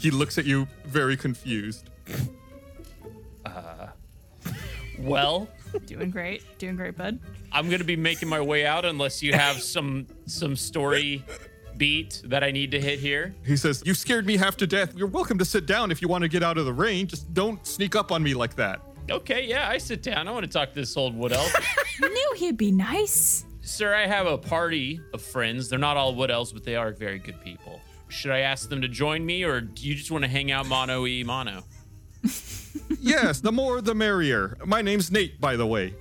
[SPEAKER 2] He looks at you very confused.
[SPEAKER 5] Uh, well,
[SPEAKER 6] Doing great. Doing great, bud.
[SPEAKER 5] I'm gonna be making my way out unless you have some some story beat that I need to hit here.
[SPEAKER 2] He says, "You scared me half to death. You're welcome to sit down if you want to get out of the rain. Just don't sneak up on me like that."
[SPEAKER 5] Okay, yeah, I sit down. I want to talk to this old wood elf.
[SPEAKER 6] Knew he'd be nice.
[SPEAKER 5] Sir, I have a party of friends. They're not all wood elves, but they are very good people. Should I ask them to join me, or do you just want to hang out mono e mono?
[SPEAKER 2] yes, the more the merrier. My name's Nate, by the way.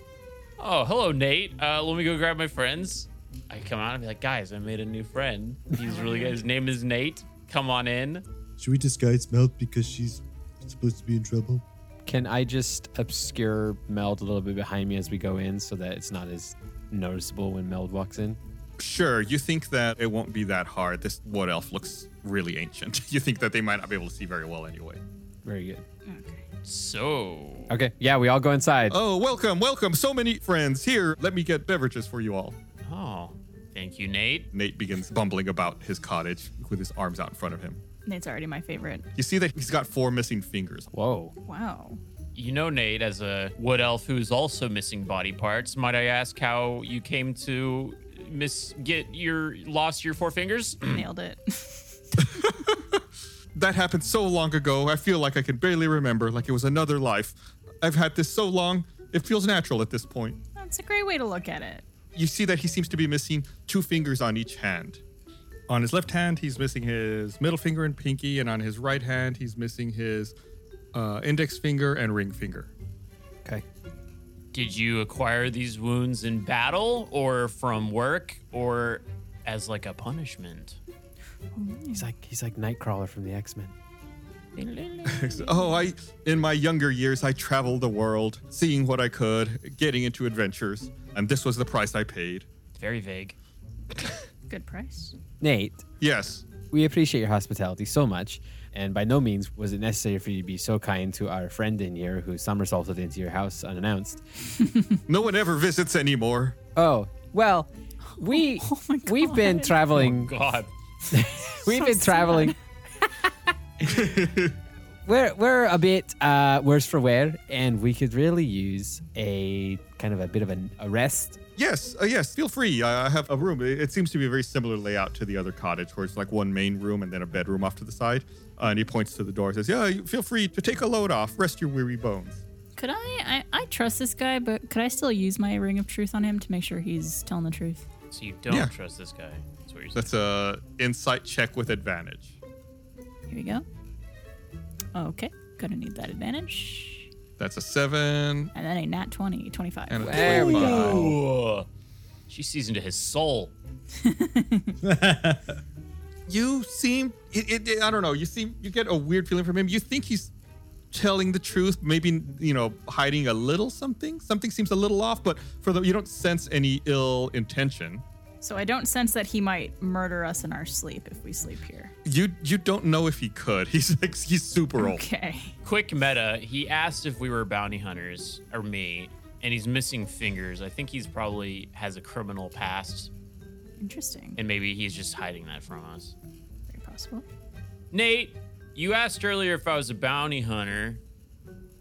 [SPEAKER 5] Oh, hello, Nate. Uh, let me go grab my friends. I come out and be like, guys, I made a new friend. He's really good. His name is Nate. Come on in.
[SPEAKER 9] Should we disguise Melt because she's supposed to be in trouble?
[SPEAKER 4] Can I just obscure Meld a little bit behind me as we go in so that it's not as noticeable when Meld walks in?
[SPEAKER 2] Sure, you think that it won't be that hard. This wood elf looks really ancient. You think that they might not be able to see very well anyway.
[SPEAKER 4] Very good.
[SPEAKER 5] So,
[SPEAKER 4] Okay, yeah, we all go inside.
[SPEAKER 5] Uh.
[SPEAKER 2] Oh, welcome, welcome. So many friends here. Let me get beverages for you all.
[SPEAKER 5] oh, thank you, Nate.
[SPEAKER 2] Nate begins bumbling about his cottage with his arms out in front of him.
[SPEAKER 6] Nate's already my favorite.
[SPEAKER 2] You see that he's got four missing fingers.
[SPEAKER 4] Whoa.
[SPEAKER 6] Wow.
[SPEAKER 5] You know Nate as a wood elf who's also missing body parts. Might I ask how you came to miss get your lost your four fingers?
[SPEAKER 6] Nailed it.
[SPEAKER 2] That happened so long ago, I feel like I can barely remember, like it was another life. I've had this so long, it feels natural at this point.
[SPEAKER 6] That's a great way to look at it.
[SPEAKER 2] You see that he seems to be missing two fingers on each hand. On his left hand, he's missing his middle finger and pinky, and on his right hand, he's missing his uh, index finger and ring finger.
[SPEAKER 4] Okay.
[SPEAKER 5] Did you acquire these wounds in battle or from work or as like a punishment?
[SPEAKER 4] He's like he's like Nightcrawler from the X-Men.
[SPEAKER 2] oh, I in my younger years, I traveled the world, seeing what I could, getting into adventures, and this was the price I paid.
[SPEAKER 5] Very vague.
[SPEAKER 6] Good price.
[SPEAKER 4] Nate,
[SPEAKER 2] Yes,
[SPEAKER 4] We appreciate your hospitality so much, and by no means was it necessary for you to be so kind to our friend in here who somersaulted into your house unannounced.
[SPEAKER 2] no one ever visits anymore.
[SPEAKER 4] Oh, well, we we've been traveling.
[SPEAKER 5] Oh God.
[SPEAKER 4] we've been traveling. we're we're a bit uh, worse for wear, and we could really use a kind of a bit of an, a rest.
[SPEAKER 2] Yes, uh, yes, feel free. I I have a room. It it seems to be a very similar layout to the other cottage, where it's like one main room and then a bedroom off to the side. Uh, and he points to the door and says, Yeah, you- feel free to take a load off, rest your weary bones.
[SPEAKER 6] Could I, I? I trust this guy, but could I still use my ring of truth on him to make sure he's telling the truth?
[SPEAKER 5] So you don't
[SPEAKER 2] Yeah.
[SPEAKER 5] trust this guy. That's what you're saying.
[SPEAKER 2] That's a insight check with advantage.
[SPEAKER 6] Here we go. Okay, gonna need that advantage.
[SPEAKER 2] That's a seven.
[SPEAKER 6] And that ain't nat 20, 25.
[SPEAKER 2] And a There we go.
[SPEAKER 5] Ugh. She sees into his soul.
[SPEAKER 2] You seem, it, it, it- I don't know, you seem, you get a weird feeling from him. You think he's telling the truth, maybe, you know, hiding a little something. Something seems a little off, but for the, you don't sense any ill intention.
[SPEAKER 6] So I don't sense that he might murder us in our sleep if we sleep here.
[SPEAKER 2] You you don't know if he could. He's like he's super old.
[SPEAKER 6] Okay.
[SPEAKER 5] Quick meta. He asked if we were bounty hunters or me, and he's missing fingers. I think he's probably has a criminal past,
[SPEAKER 6] Interesting.
[SPEAKER 5] and maybe he's just hiding that from us.
[SPEAKER 6] Very possible.
[SPEAKER 5] Nate, you asked earlier if I was a bounty hunter.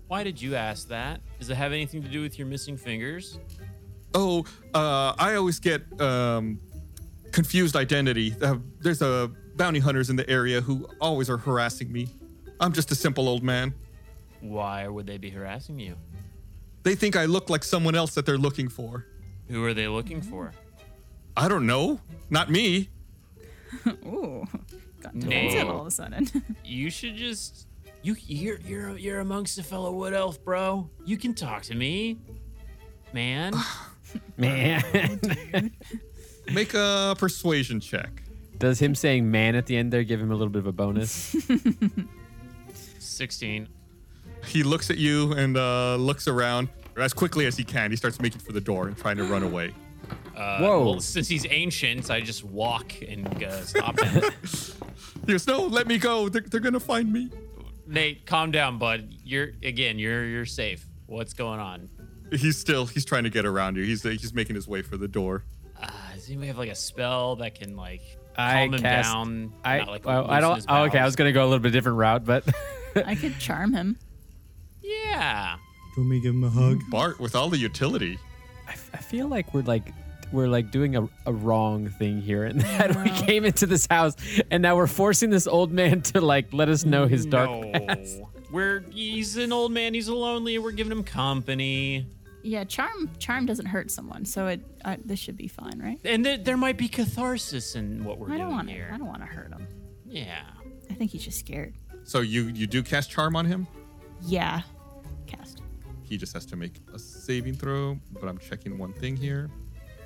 [SPEAKER 5] Why did you ask that? Does it have anything to do with your missing fingers?
[SPEAKER 2] Oh, uh, I always get um, confused identity. Uh, there's a bounty hunters in the area who always are harassing me. I'm just a simple old man.
[SPEAKER 5] Why would they be harassing you?
[SPEAKER 2] They think I look like someone else that they're looking for.
[SPEAKER 5] Who are they looking for?
[SPEAKER 2] I don't know. Not me.
[SPEAKER 6] Ooh, got
[SPEAKER 5] Nate.
[SPEAKER 6] defensive all of a sudden.
[SPEAKER 5] You should just you you're you're you're amongst a fellow wood elf, bro. You can talk to me, man.
[SPEAKER 4] Man,
[SPEAKER 2] Make a persuasion check.
[SPEAKER 4] does him saying "man" at the end there give him a little bit of a bonus?
[SPEAKER 5] Sixteen.
[SPEAKER 2] He looks at you and uh, looks around as quickly as he can. He starts making for the door and trying to run away.
[SPEAKER 5] Uh,
[SPEAKER 2] Whoa.
[SPEAKER 5] Well, since he's ancient, I just walk and uh, stop him.
[SPEAKER 2] He goes, "No, let me go. They're, they're gonna find me."
[SPEAKER 5] Nate, calm down, bud. You're again. You're you're safe. What's going on?
[SPEAKER 2] He's still he's trying to get around you. He's he's making his way for the door.
[SPEAKER 5] Uh, does anybody have like a spell that can like calm
[SPEAKER 4] I
[SPEAKER 5] him
[SPEAKER 4] cast-
[SPEAKER 5] down?
[SPEAKER 4] I
[SPEAKER 5] not, like,
[SPEAKER 4] well, I
[SPEAKER 5] loosen
[SPEAKER 4] don't.
[SPEAKER 5] his
[SPEAKER 4] Oh, okay, I
[SPEAKER 5] bowels?
[SPEAKER 4] was gonna go a little bit different route, but
[SPEAKER 6] I could charm him.
[SPEAKER 5] Yeah.
[SPEAKER 9] Do you want me to give him a hug?
[SPEAKER 2] Bart, with all the utility,
[SPEAKER 4] I feel like we're like we're like doing a, a wrong thing here and that we came into this house and now we're forcing this old man to like let us know his dark past.
[SPEAKER 5] We're he's an old man. He's lonely. We're giving him company.
[SPEAKER 6] Yeah, charm charm doesn't hurt someone, so it I, this should be fine, right?
[SPEAKER 5] And there, there might be catharsis in what we're
[SPEAKER 6] I
[SPEAKER 5] doing
[SPEAKER 6] don't want to.
[SPEAKER 5] here.
[SPEAKER 6] I don't want to hurt him.
[SPEAKER 5] Yeah.
[SPEAKER 6] I think he's just scared.
[SPEAKER 2] so you you do cast charm on him.
[SPEAKER 6] Yeah. Cast.
[SPEAKER 2] He just has to make a saving throw. But I'm checking one thing here.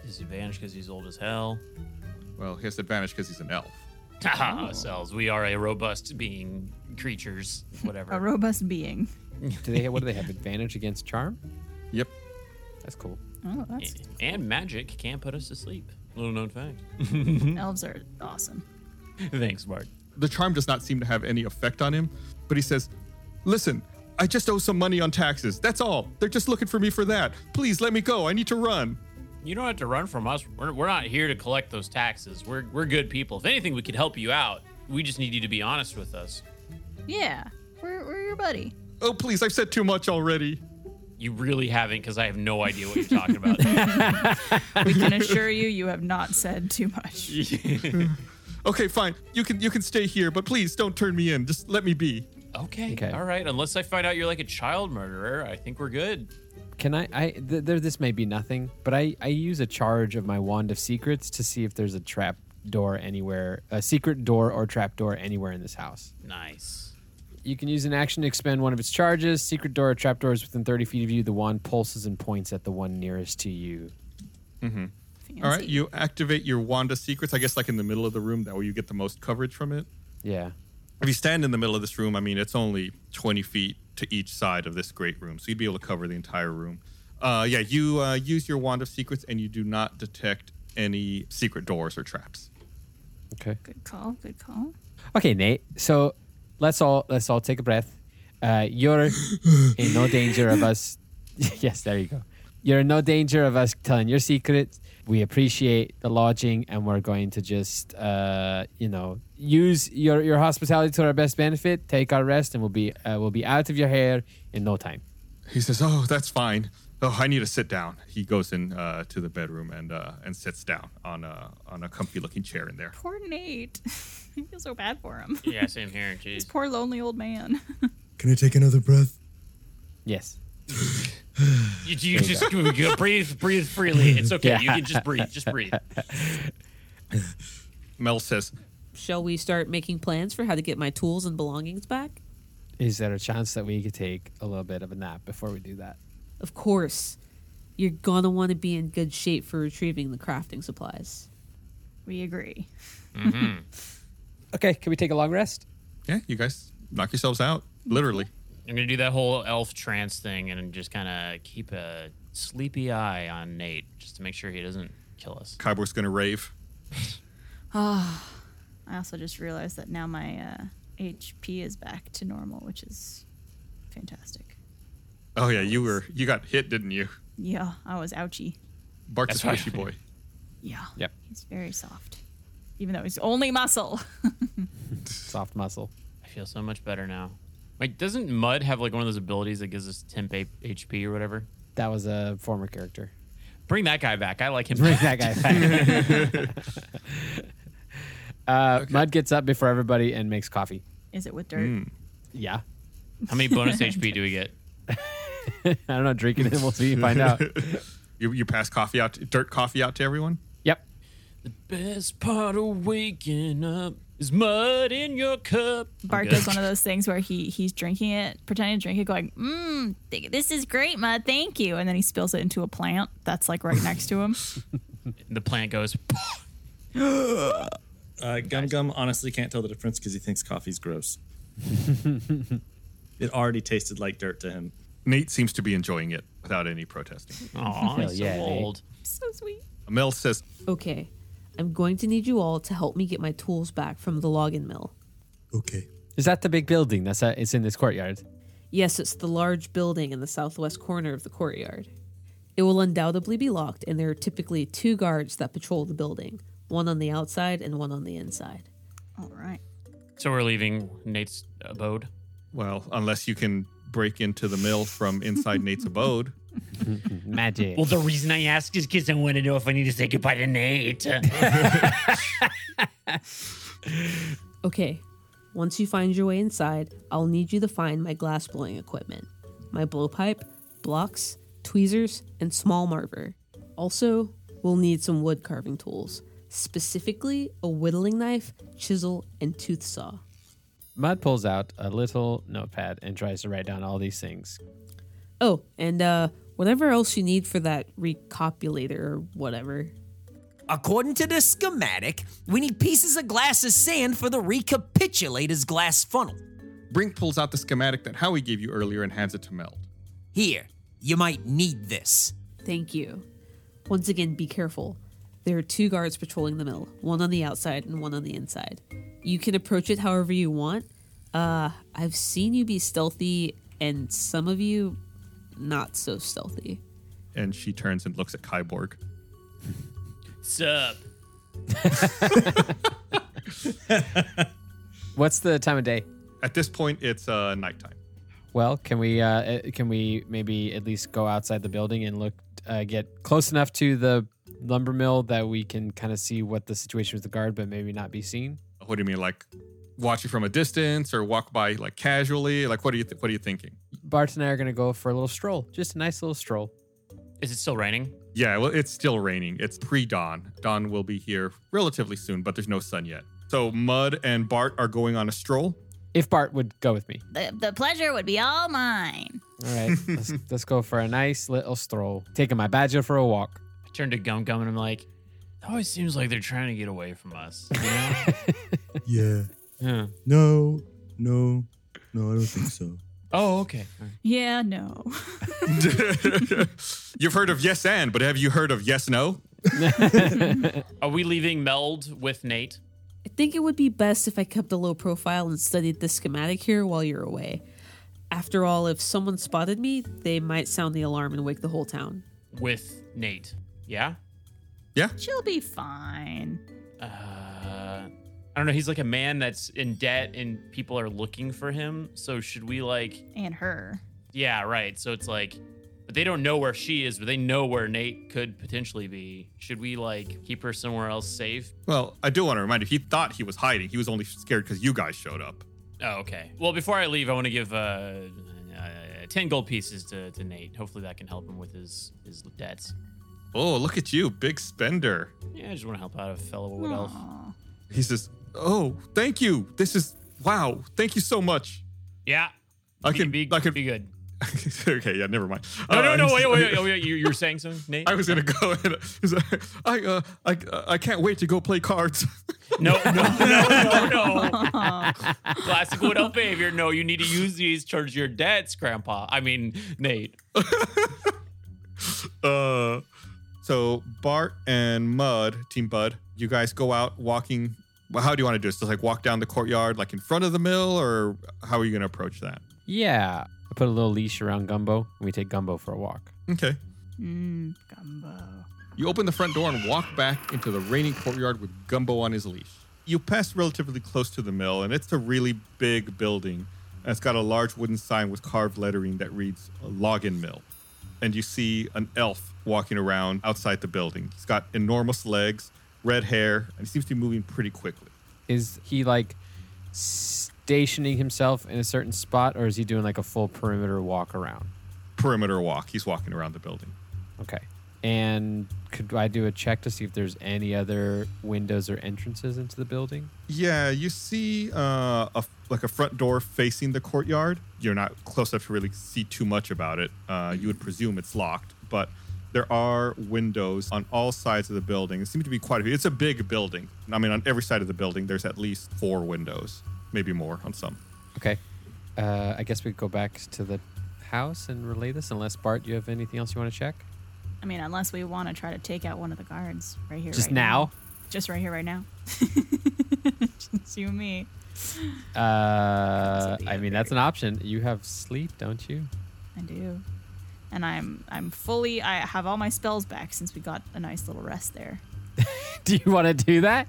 [SPEAKER 5] Disadvantage because he's old as hell.
[SPEAKER 2] Well, he has advantage because he's an elf.
[SPEAKER 6] Oh.
[SPEAKER 5] Haha, ourselves. We are a robust being creatures. Whatever.
[SPEAKER 6] A robust being.
[SPEAKER 4] Do they what do they have advantage against charm?
[SPEAKER 2] Yep.
[SPEAKER 4] That's cool.
[SPEAKER 6] Oh, that's
[SPEAKER 5] and magic can't put us to sleep. Little known fact.
[SPEAKER 2] Hmm.
[SPEAKER 6] elves are awesome.
[SPEAKER 5] Thanks, Bart.
[SPEAKER 2] The charm does not seem to have any effect on him. But he says, "Listen, I just owe some money on taxes. That's all. They're just looking for me for that. Please let me go. I need to run."
[SPEAKER 5] You don't have to run from us. We're, we're not here to collect those taxes. We're, we're good people. If anything, we could help you out. We just need you to be honest with us.
[SPEAKER 6] Yeah, we're, we're your buddy.
[SPEAKER 2] Oh, please! I've said too much already.
[SPEAKER 5] You really haven't because I have no idea what you're talking about.
[SPEAKER 6] We can assure you, you have not said too much.
[SPEAKER 2] Okay, fine. You can you can stay here, but please don't turn me in. Just let me be.
[SPEAKER 5] okay,
[SPEAKER 4] Okay.
[SPEAKER 5] All right. Unless I find out you're like a child murderer, I think we're good.
[SPEAKER 4] Can I? I th- there. This may be nothing, but I I use a charge of my wand of secrets to see if there's a trap door anywhere, a secret door or trap door anywhere in this house.
[SPEAKER 5] Nice.
[SPEAKER 4] You can use an action to expend one of its charges. Secret door or trap door is within 30 feet of you. The wand pulses and points at the one nearest to you.
[SPEAKER 2] Mm-hmm. All right, you activate your Wanda secrets. I guess like in the middle of the room, that way you get the most coverage from it.
[SPEAKER 4] Yeah.
[SPEAKER 2] If you stand in the middle of this room, I mean, it's only 20 feet to each side of this great room, so you'd be able to cover the entire room. Uh, yeah, you uh, use your wand of secrets, and you do not detect any secret doors or traps.
[SPEAKER 4] Okay.
[SPEAKER 10] Good call. Good call.
[SPEAKER 4] Okay, Nate. So let's all let's all take a breath. Uh, you're in no danger of us. yes, there you go. You're in no danger of us telling your secret. We appreciate the lodging, and we're going to just uh, you know use your your hospitality to our best benefit. Take our rest, and we'll be uh, we'll be out of your hair in no time.
[SPEAKER 2] He says, "Oh, that's fine. Oh, I need to sit down." He goes in uh, to the bedroom and uh, and sits down on a on a comfy looking chair in there.
[SPEAKER 6] Poor Nate. I feel so bad for him.
[SPEAKER 5] Yeah, same here.
[SPEAKER 6] This
[SPEAKER 5] Jeez.
[SPEAKER 6] poor lonely old man.
[SPEAKER 9] Can I take another breath?
[SPEAKER 4] Yes.
[SPEAKER 5] You, you just you go, breathe, breathe freely. It's okay. You can just breathe. Just breathe.
[SPEAKER 2] Mel says,
[SPEAKER 13] Shall we start making plans for how to get my tools and belongings back?
[SPEAKER 4] Is there a chance that we could take a little bit of a nap before we do that?
[SPEAKER 13] Of course. You're gonna want to be in good shape for retrieving the crafting supplies.
[SPEAKER 6] We agree.
[SPEAKER 4] Okay, can we take a long rest?
[SPEAKER 2] "Yeah, you guys knock yourselves out, literally."
[SPEAKER 5] I'm gonna do that whole elf trance thing and just kind of keep a sleepy eye on Nate just to make sure he doesn't kill us.
[SPEAKER 2] Kyborg's gonna rave.
[SPEAKER 6] Oh, I also just realized that now my uh, HP is back to normal, which is fantastic.
[SPEAKER 2] Oh yeah, you were you got hit, didn't you?
[SPEAKER 6] Yeah, I was ouchy.
[SPEAKER 2] Bark's a
[SPEAKER 5] That's
[SPEAKER 2] squishy boy.
[SPEAKER 6] Yeah.
[SPEAKER 4] Yep.
[SPEAKER 6] He's very soft, even though he's only muscle.
[SPEAKER 4] Soft muscle.
[SPEAKER 5] I feel so much better now. Wait, doesn't Mud have like one of those abilities that gives us temp A- HP or whatever?
[SPEAKER 4] That was a former character.
[SPEAKER 5] Bring that guy back. I like him.
[SPEAKER 4] Bring that guy back. Uh, Mud gets up before everybody and makes coffee.
[SPEAKER 6] is it with dirt?
[SPEAKER 4] Yeah.
[SPEAKER 5] How many bonus HP do we get?
[SPEAKER 4] I don't know. Drinking it, we'll see. Find out.
[SPEAKER 2] you you pass coffee out, dirt coffee out to everyone.
[SPEAKER 4] Yep.
[SPEAKER 5] Best part of waking up is mud in your cup.
[SPEAKER 6] Bart does one of those things where he he's drinking it, pretending to drink it, going, "Mmm, th- this is great, ma, thank you," and then he spills it into a plant that's like right next to him.
[SPEAKER 5] The plant goes.
[SPEAKER 7] Uh, Gum Gum honestly can't tell the difference because he thinks coffee's gross. it already tasted like dirt to him.
[SPEAKER 2] Nate seems to be enjoying it without any protesting.
[SPEAKER 5] Aw, he's so
[SPEAKER 15] eh?
[SPEAKER 5] old.
[SPEAKER 6] So sweet.
[SPEAKER 2] Mel says,
[SPEAKER 13] Okay. I'm going to need you all to help me get my tools back from the login mill.
[SPEAKER 9] Okay.
[SPEAKER 4] Is that the big building? That's uh it's in this courtyard.
[SPEAKER 13] Yes, it's the large building in the southwest corner of the courtyard. It will undoubtedly be locked, and there are typically two guards that patrol the building one on the outside and one on the inside.
[SPEAKER 6] All right.
[SPEAKER 5] So we're leaving Nate's abode.
[SPEAKER 2] "Well, unless you can break into the mill from inside Nate's abode."
[SPEAKER 4] Magic.
[SPEAKER 15] Well, the reason I ask is because I want to know if I need to say goodbye to Nate.
[SPEAKER 13] Okay, once you find your way inside, I'll need you to find my glass blowing equipment my blowpipe, blocks, tweezers, and small marver. Also, we'll need some wood carving tools, specifically a whittling knife, chisel, and tooth saw.
[SPEAKER 4] Mud pulls out a little notepad and tries to write down all these things.
[SPEAKER 13] Oh, and uh, whatever else you need for that recopulator or whatever.
[SPEAKER 14] According to the schematic, we need pieces of glass of sand for the recapitulator's glass funnel.
[SPEAKER 2] Brink pulls out the schematic that Howie gave you earlier and hands it to Mel.
[SPEAKER 14] Here, you might need this.
[SPEAKER 13] Thank you. Once again, be careful. There are two guards patrolling the mill, one on the outside and one on the inside. You can approach it however you want. Uh, I've seen you be stealthy, and some of you not so stealthy.
[SPEAKER 2] And she turns and looks at Kyborg.
[SPEAKER 5] Sup?
[SPEAKER 4] What's the time of day?
[SPEAKER 2] At this point, it's uh, nighttime.
[SPEAKER 4] Well, can we uh, uh, can we maybe at least go outside the building and look uh, get close enough to the lumber mill that we can kind of see what the situation with the guard, but maybe not be seen.
[SPEAKER 2] What do you mean, like watch you from a distance or walk by like casually? Like, what are you th- what are you thinking?
[SPEAKER 4] Bart and I are gonna go for a little stroll, just a nice little stroll.
[SPEAKER 5] Is it still raining?
[SPEAKER 2] Yeah, well, it's still raining. It's pre dawn. Dawn will be here relatively soon, but there's no sun yet. So Mud and Bart are going on a stroll.
[SPEAKER 4] If Bart would go with me.
[SPEAKER 10] The, the pleasure would be all mine.
[SPEAKER 4] All right, let's, let's go for a nice little stroll. Taking my badger for a walk.
[SPEAKER 5] I turn to Gum Gum and I'm like, it always seems like they're trying to get away from us. You know?
[SPEAKER 9] Yeah.
[SPEAKER 5] Yeah.
[SPEAKER 9] No, no, no, I don't think so.
[SPEAKER 5] oh, okay.
[SPEAKER 6] Yeah, no.
[SPEAKER 2] You've heard of yes and, but have you heard of yes no?
[SPEAKER 5] Are we leaving Meld with Nate?
[SPEAKER 13] I think it would be best if I kept a low profile and studied the schematic here while you're away. After all, if someone spotted me, they might sound the alarm and wake the whole town.
[SPEAKER 5] with Nate. Yeah?
[SPEAKER 2] Yeah.
[SPEAKER 10] She'll be fine.
[SPEAKER 5] Uh, I don't know. He's like a man that's in debt and people are looking for him. So should we like
[SPEAKER 10] And her.
[SPEAKER 5] Yeah, right. So it's like but they don't know where she is, but they know where Nate could potentially be. Should we like keep her somewhere else safe?
[SPEAKER 2] Well, I do want to remind you, he thought he was hiding. He was only scared because you guys showed up.
[SPEAKER 5] Oh, okay. Well, before I leave, I want to give uh, uh, 10 gold pieces to, to Nate. Hopefully that can help him with his his debts.
[SPEAKER 2] Oh, look at you, big spender.
[SPEAKER 5] Yeah, I just want to help out a fellow wood elf.
[SPEAKER 2] He says, "Oh, thank you. This is wow. Thank you so much.
[SPEAKER 5] Yeah.
[SPEAKER 2] I can
[SPEAKER 5] be.
[SPEAKER 2] I can
[SPEAKER 5] be good."
[SPEAKER 2] okay, yeah, never mind.
[SPEAKER 5] No,
[SPEAKER 2] Uh,
[SPEAKER 5] no, no,
[SPEAKER 2] he
[SPEAKER 5] wait,
[SPEAKER 2] said-
[SPEAKER 5] wait, wait, wait. You, you were saying something, Nate?
[SPEAKER 2] I was gonna go. And, he's like, I, uh, I, uh, I can't wait to go play cards.
[SPEAKER 5] no, no. Classic wood elf behavior. No, you need to use these towards your debts, Grandpa. I mean, Nate.
[SPEAKER 2] uh, so Bart and Mud, Team Bud, you guys go out walking. Well, how do you want to do this? Just like walk down the courtyard, like in front of the mill, or how are you gonna approach that?
[SPEAKER 4] Yeah. I put a little leash around Gumbo and we take Gumbo for a walk.
[SPEAKER 2] Okay.
[SPEAKER 10] Mm, gumbo.
[SPEAKER 2] You open the front door and walk back into the raining courtyard with Gumbo on his leash. You pass relatively close to the mill, and it's a really big building. And it's got a large wooden sign with carved lettering that reads Login Mill. And you see an elf walking around outside the building. He's got enormous legs, red hair, and he seems to be moving pretty quickly.
[SPEAKER 4] Is he like stationing himself in a certain spot or is he doing like a full perimeter walk around?
[SPEAKER 2] Perimeter walk. He's walking around the building.
[SPEAKER 4] Okay. And could I do a check to see if there's any other windows or entrances into the building?
[SPEAKER 2] Yeah, you see uh, a like a front door facing the courtyard. You're not close enough to really see too much about it. Uh, you would presume it's locked, but there are windows on all sides of the building. It seems to be quite a few. It's a big building. I mean, on every side of the building, there's at least four windows, maybe more on some.
[SPEAKER 4] Okay. Uh, I guess we could go back to the house and relay this, unless Bart, you have anything else you want to check?
[SPEAKER 10] I mean, unless we want to try to take out one of the guards right here.
[SPEAKER 4] Just
[SPEAKER 10] right
[SPEAKER 4] now?
[SPEAKER 10] Just right here, right now. Just you and me.
[SPEAKER 4] Uh, I mean, that's an option. You have sleep, don't you?
[SPEAKER 10] I do. And I'm I'm fully I have all my spells back since we got a nice little rest there. Eh,
[SPEAKER 4] Do you want to do that?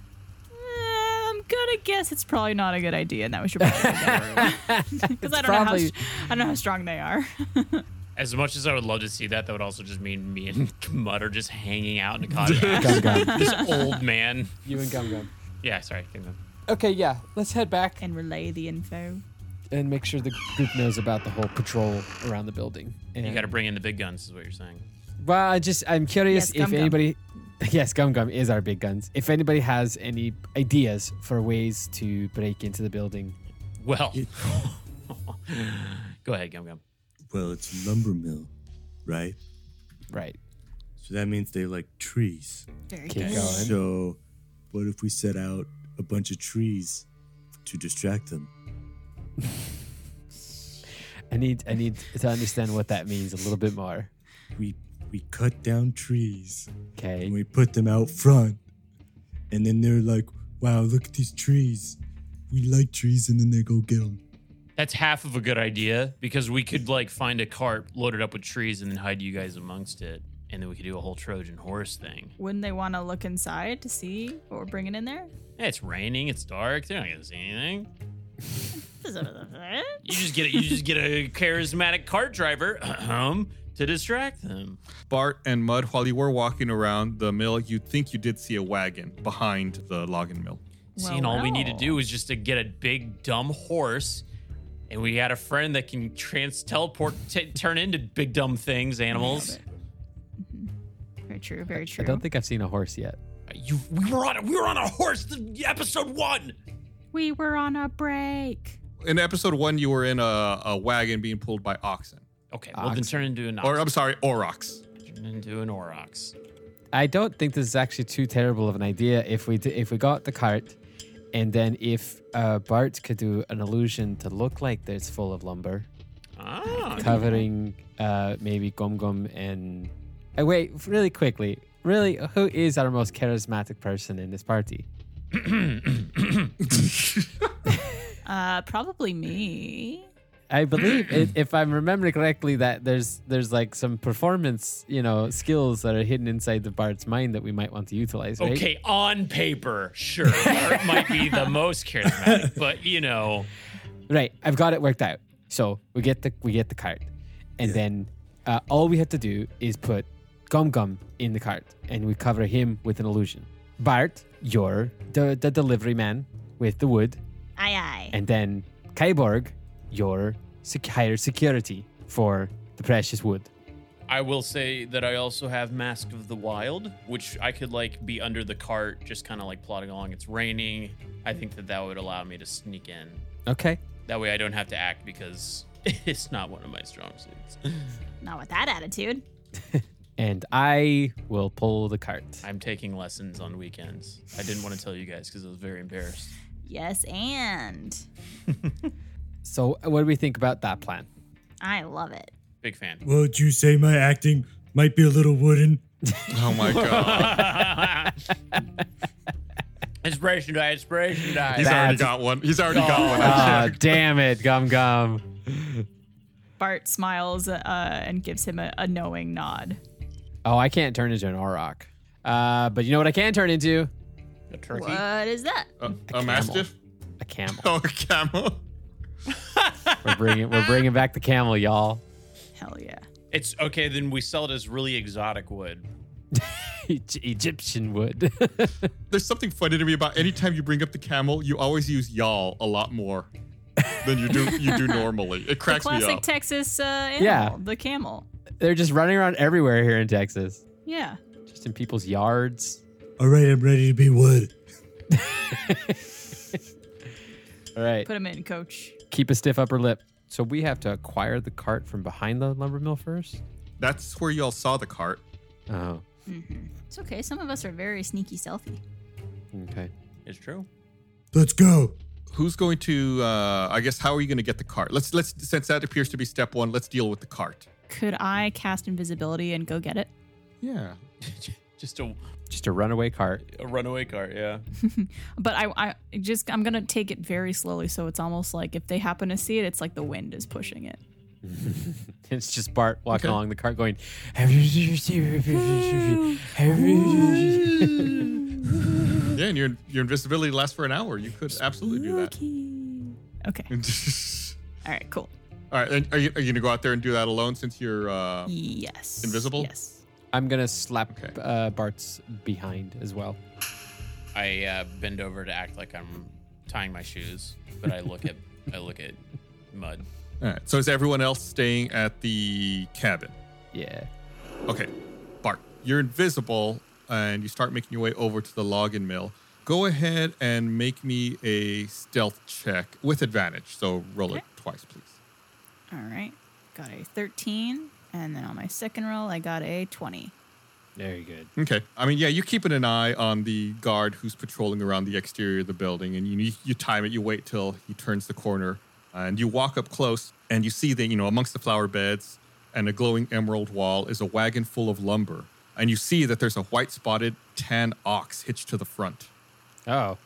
[SPEAKER 10] I'm gonna guess it's probably not a good idea, and that we should probably because I don't know how
[SPEAKER 5] probably-
[SPEAKER 10] st- I don't know how strong they are.
[SPEAKER 5] As much as I would love to see that, that would also just mean me and Mud are just hanging out in a cottage.
[SPEAKER 4] Gum Gum.
[SPEAKER 5] This old man.
[SPEAKER 4] You and Gum Gum.
[SPEAKER 5] Yeah, sorry. Gum Gum.
[SPEAKER 4] Okay, yeah. Let's head back
[SPEAKER 10] and relay the info.
[SPEAKER 4] And make sure the group knows about the whole patrol around the building. And,
[SPEAKER 5] You got to bring in the big guns, is what you're saying.
[SPEAKER 4] Well, I just I'm curious
[SPEAKER 5] Yes, Gum
[SPEAKER 4] if
[SPEAKER 5] Gum.
[SPEAKER 4] anybody. Yes, Gum Gum is our big guns. If anybody has any ideas for ways to break into the building,
[SPEAKER 5] well, Go ahead, Gum Gum.
[SPEAKER 16] Well, it's a lumber mill, right?
[SPEAKER 4] Right.
[SPEAKER 16] So that means they like trees.
[SPEAKER 10] Very Keep good. going.
[SPEAKER 16] So, what if we set out a bunch of trees to distract them?
[SPEAKER 4] I need I need to understand what that means a little bit more.
[SPEAKER 16] We we cut down trees.
[SPEAKER 4] Okay.
[SPEAKER 16] And we put them out front. And then they're like, "Wow, look at these trees. We like trees." And then they go get them.
[SPEAKER 5] That's half of a good idea because we could like find a cart loaded up with trees and then hide you guys amongst it, and then we could do a whole Trojan horse thing.
[SPEAKER 10] Wouldn't they want to look inside to see what we're bringing in there?
[SPEAKER 5] Hey, it's raining, it's dark, they're not gonna see anything. You just get a, you just get a charismatic cart driver to distract them.
[SPEAKER 2] Bart and Mud, while you were walking around the mill, you think you did see a wagon behind the logging mill.
[SPEAKER 5] See, and all we need to do is just to get a big dumb horse, and we got a friend that can trans teleport, t- turn into big dumb things, animals.
[SPEAKER 10] Very true. Very
[SPEAKER 4] I
[SPEAKER 10] true.
[SPEAKER 4] don't think I've seen a horse yet.
[SPEAKER 5] You we were on we were on a horse the episode one.
[SPEAKER 10] We were on a break.
[SPEAKER 2] In episode one, you were in a, a wagon being pulled by oxen.
[SPEAKER 5] Okay, well then turn into an
[SPEAKER 2] Or I'm sorry, aurochs.
[SPEAKER 5] Turn into an aurochs.
[SPEAKER 4] I don't think this is actually too terrible of an idea if we d- if we got the cart, and then if uh, Bart could do an illusion to look like that it's full of lumber,
[SPEAKER 5] Ah,
[SPEAKER 4] covering uh, maybe Gum Gum and uh, wait really quickly, really who is our most charismatic person in this party?
[SPEAKER 6] Uh, probably me.
[SPEAKER 4] I believe, i- if I'm remembering correctly, that there's there's like some performance, you know, skills that are hidden inside the bard's mind that we might want to utilize. Right?
[SPEAKER 5] Okay, on paper, sure, Bart might be the most charismatic, but you know,
[SPEAKER 4] Right, I've got it worked out. So we get the we get the card, and then uh, all we have to do is put Gum Gum in the card, and we cover him with an illusion. Bart, you're the, the delivery man with the wood,
[SPEAKER 10] Aye, aye.
[SPEAKER 4] and then Kyborg, you're sec- higher security for the precious wood.
[SPEAKER 5] I will say that I also have Mask of the Wild, which I could like be under the cart, just kind of like plodding along. It's raining. I think that that would allow me to sneak in.
[SPEAKER 4] Okay,
[SPEAKER 5] That way, I don't have to act because it's not one of my strong suits.
[SPEAKER 10] Not with that attitude.
[SPEAKER 4] and I will pull the card.
[SPEAKER 5] I'm taking lessons on weekends. I didn't want to tell you guys because I was very embarrassed.
[SPEAKER 10] Yes, and
[SPEAKER 4] So what do we think about that plan?
[SPEAKER 10] I love it.
[SPEAKER 5] Big fan.
[SPEAKER 16] Would you say my acting might be a little wooden?
[SPEAKER 2] Oh my
[SPEAKER 5] god. inspiration die, inspiration die.
[SPEAKER 2] He's already got one. He's already got one. I
[SPEAKER 4] Ah,
[SPEAKER 2] checked.
[SPEAKER 4] damn it, Gum Gum.
[SPEAKER 6] Bart smiles uh, and gives him a, a knowing nod.
[SPEAKER 4] Oh, I can't turn into an Auroch. Uh, but you know what I can turn into?
[SPEAKER 5] A
[SPEAKER 10] What is that?
[SPEAKER 2] A, mastiff?
[SPEAKER 4] A camel.
[SPEAKER 2] Oh, a camel.
[SPEAKER 4] We're bringing we're bringing back the camel, y'all.
[SPEAKER 6] Hell yeah.
[SPEAKER 5] It's okay, then we sell it as really exotic wood.
[SPEAKER 4] E- Egyptian wood.
[SPEAKER 2] There's something funny to me about anytime you bring up the camel, you always use y'all a lot more than you do you do normally. It cracks
[SPEAKER 6] the
[SPEAKER 2] me
[SPEAKER 6] classic
[SPEAKER 2] up.
[SPEAKER 6] Texas uh, animal,
[SPEAKER 4] Yeah.
[SPEAKER 6] the camel.
[SPEAKER 4] They're just running around everywhere here in Texas,
[SPEAKER 6] Yeah.
[SPEAKER 4] just in people's yards.
[SPEAKER 16] All right, I'm ready to be wood.
[SPEAKER 4] All right,
[SPEAKER 6] Put him in, coach.
[SPEAKER 4] keep a stiff upper lip. So we have to acquire the cart from behind the lumber mill first.
[SPEAKER 2] That's where y'all saw the cart.
[SPEAKER 4] Oh,
[SPEAKER 10] It's okay. Some of us are very sneaky selfie.
[SPEAKER 4] okay.
[SPEAKER 5] It's true.
[SPEAKER 16] Let's go.
[SPEAKER 2] Who's going to? Uh, I guess how are you going to get the cart? Let's let's since that appears to be step one. Let's deal with the cart.
[SPEAKER 6] Could I cast invisibility and go get it?
[SPEAKER 2] Yeah.
[SPEAKER 5] Just a,
[SPEAKER 4] Just a runaway cart.
[SPEAKER 5] a runaway cart, yeah.
[SPEAKER 6] But I, I just I'm gonna take it very slowly, so it's almost like if they happen to see it, it's like the wind is pushing it.
[SPEAKER 4] It's just Bart walking
[SPEAKER 6] Okay.
[SPEAKER 4] along the cart, going.
[SPEAKER 2] Yeah, and your your invisibility lasts for an hour. You could absolutely do that.
[SPEAKER 6] Okay. All right. Cool.
[SPEAKER 2] All right, and are you, are you gonna go out there and do that alone since you're uh,
[SPEAKER 6] yes
[SPEAKER 2] invisible?
[SPEAKER 6] Yes.
[SPEAKER 4] I'm gonna slap uh, Bart's behind as well.
[SPEAKER 5] I uh, bend over to act like I'm tying my shoes, but I look at I look at mud.
[SPEAKER 2] All right. So is everyone else staying at the cabin?
[SPEAKER 4] Yeah.
[SPEAKER 2] Okay, Bart, you're invisible, and you start making your way over to the login mill. Go ahead and make me a stealth check with advantage. So roll it twice, please.
[SPEAKER 6] All right. Got a 13, and then on my second roll, I got a 20.
[SPEAKER 4] Very good.
[SPEAKER 2] Okay. I mean, yeah, you're keeping an eye on the guard who's patrolling around the exterior of the building, and you you time it. You wait till he turns the corner, and you walk up close, and you see that you know amongst the flower beds and a glowing emerald wall is a wagon full of lumber, and you see that there's a white spotted tan ox hitched to the front.
[SPEAKER 4] Oh.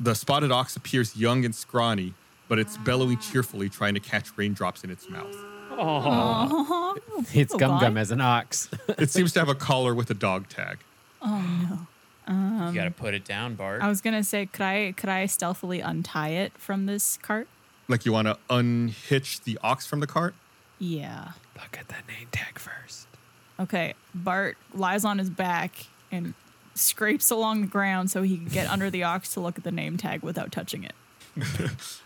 [SPEAKER 2] The spotted ox appears young and scrawny, but it's bellowing cheerfully, trying to catch raindrops in its mouth.
[SPEAKER 6] Oh,
[SPEAKER 4] It's Gum Gum as an ox.
[SPEAKER 2] it seems to have a collar with a dog tag.
[SPEAKER 6] Oh no. Um, oh.
[SPEAKER 5] you gotta put it down, Bart.
[SPEAKER 6] I was gonna say, could I could I stealthily untie it from this cart?
[SPEAKER 2] Like you want to unhitch the ox from the cart?
[SPEAKER 6] Yeah.
[SPEAKER 4] Look at that name tag first.
[SPEAKER 6] Okay. Bart lies on his back and scrapes along the ground so he can get under the ox to look at the name tag without touching it.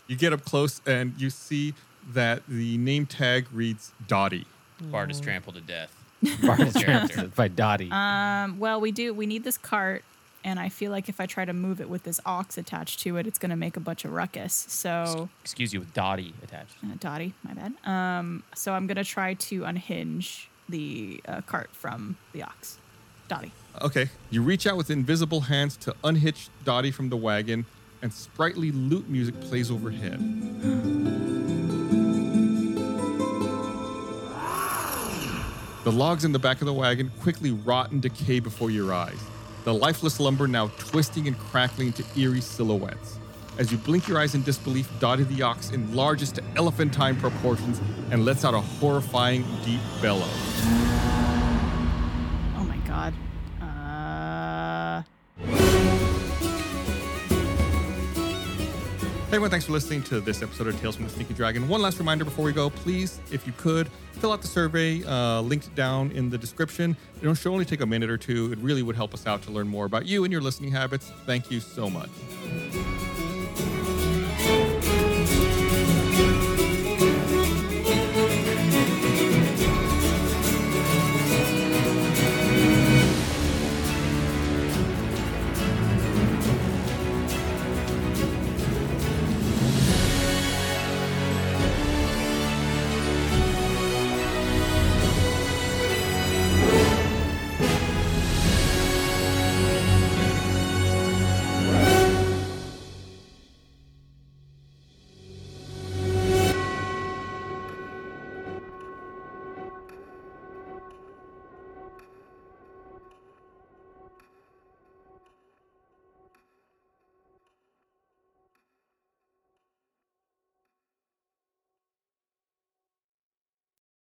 [SPEAKER 2] You get up close and you see that the name tag reads Dottie.
[SPEAKER 5] Bart is trampled to death.
[SPEAKER 4] Bart is trampled by Dottie.
[SPEAKER 6] Um. Well, we do. We need this cart, and I feel like if I try to move it with this ox attached to it, it's gonna make a bunch of ruckus. So.
[SPEAKER 5] Excuse you, with Dottie attached.
[SPEAKER 6] Uh, Dottie, my bad. Um, so I'm gonna try to unhinge the uh, cart from the ox. Dottie.
[SPEAKER 2] Okay. You reach out with invisible hands to unhitch Dottie from the wagon, and sprightly lute music plays overhead. The logs in the back of the wagon quickly rot and decay before your eyes. the lifeless lumber now twisting and crackling into eerie silhouettes. As you blink your eyes in disbelief, Dottie the ox enlarges to elephantine proportions and lets out a horrifying deep bellow.
[SPEAKER 6] Oh my god. Uh,
[SPEAKER 2] Hey everyone, thanks for listening to this episode of Tales from the Sneaky Dragon. One last reminder before we go, please, if you could, fill out the survey uh, linked down in the description. It'll should only take a minute or two. It really would help us out to learn more about you and your listening habits. Thank you so much.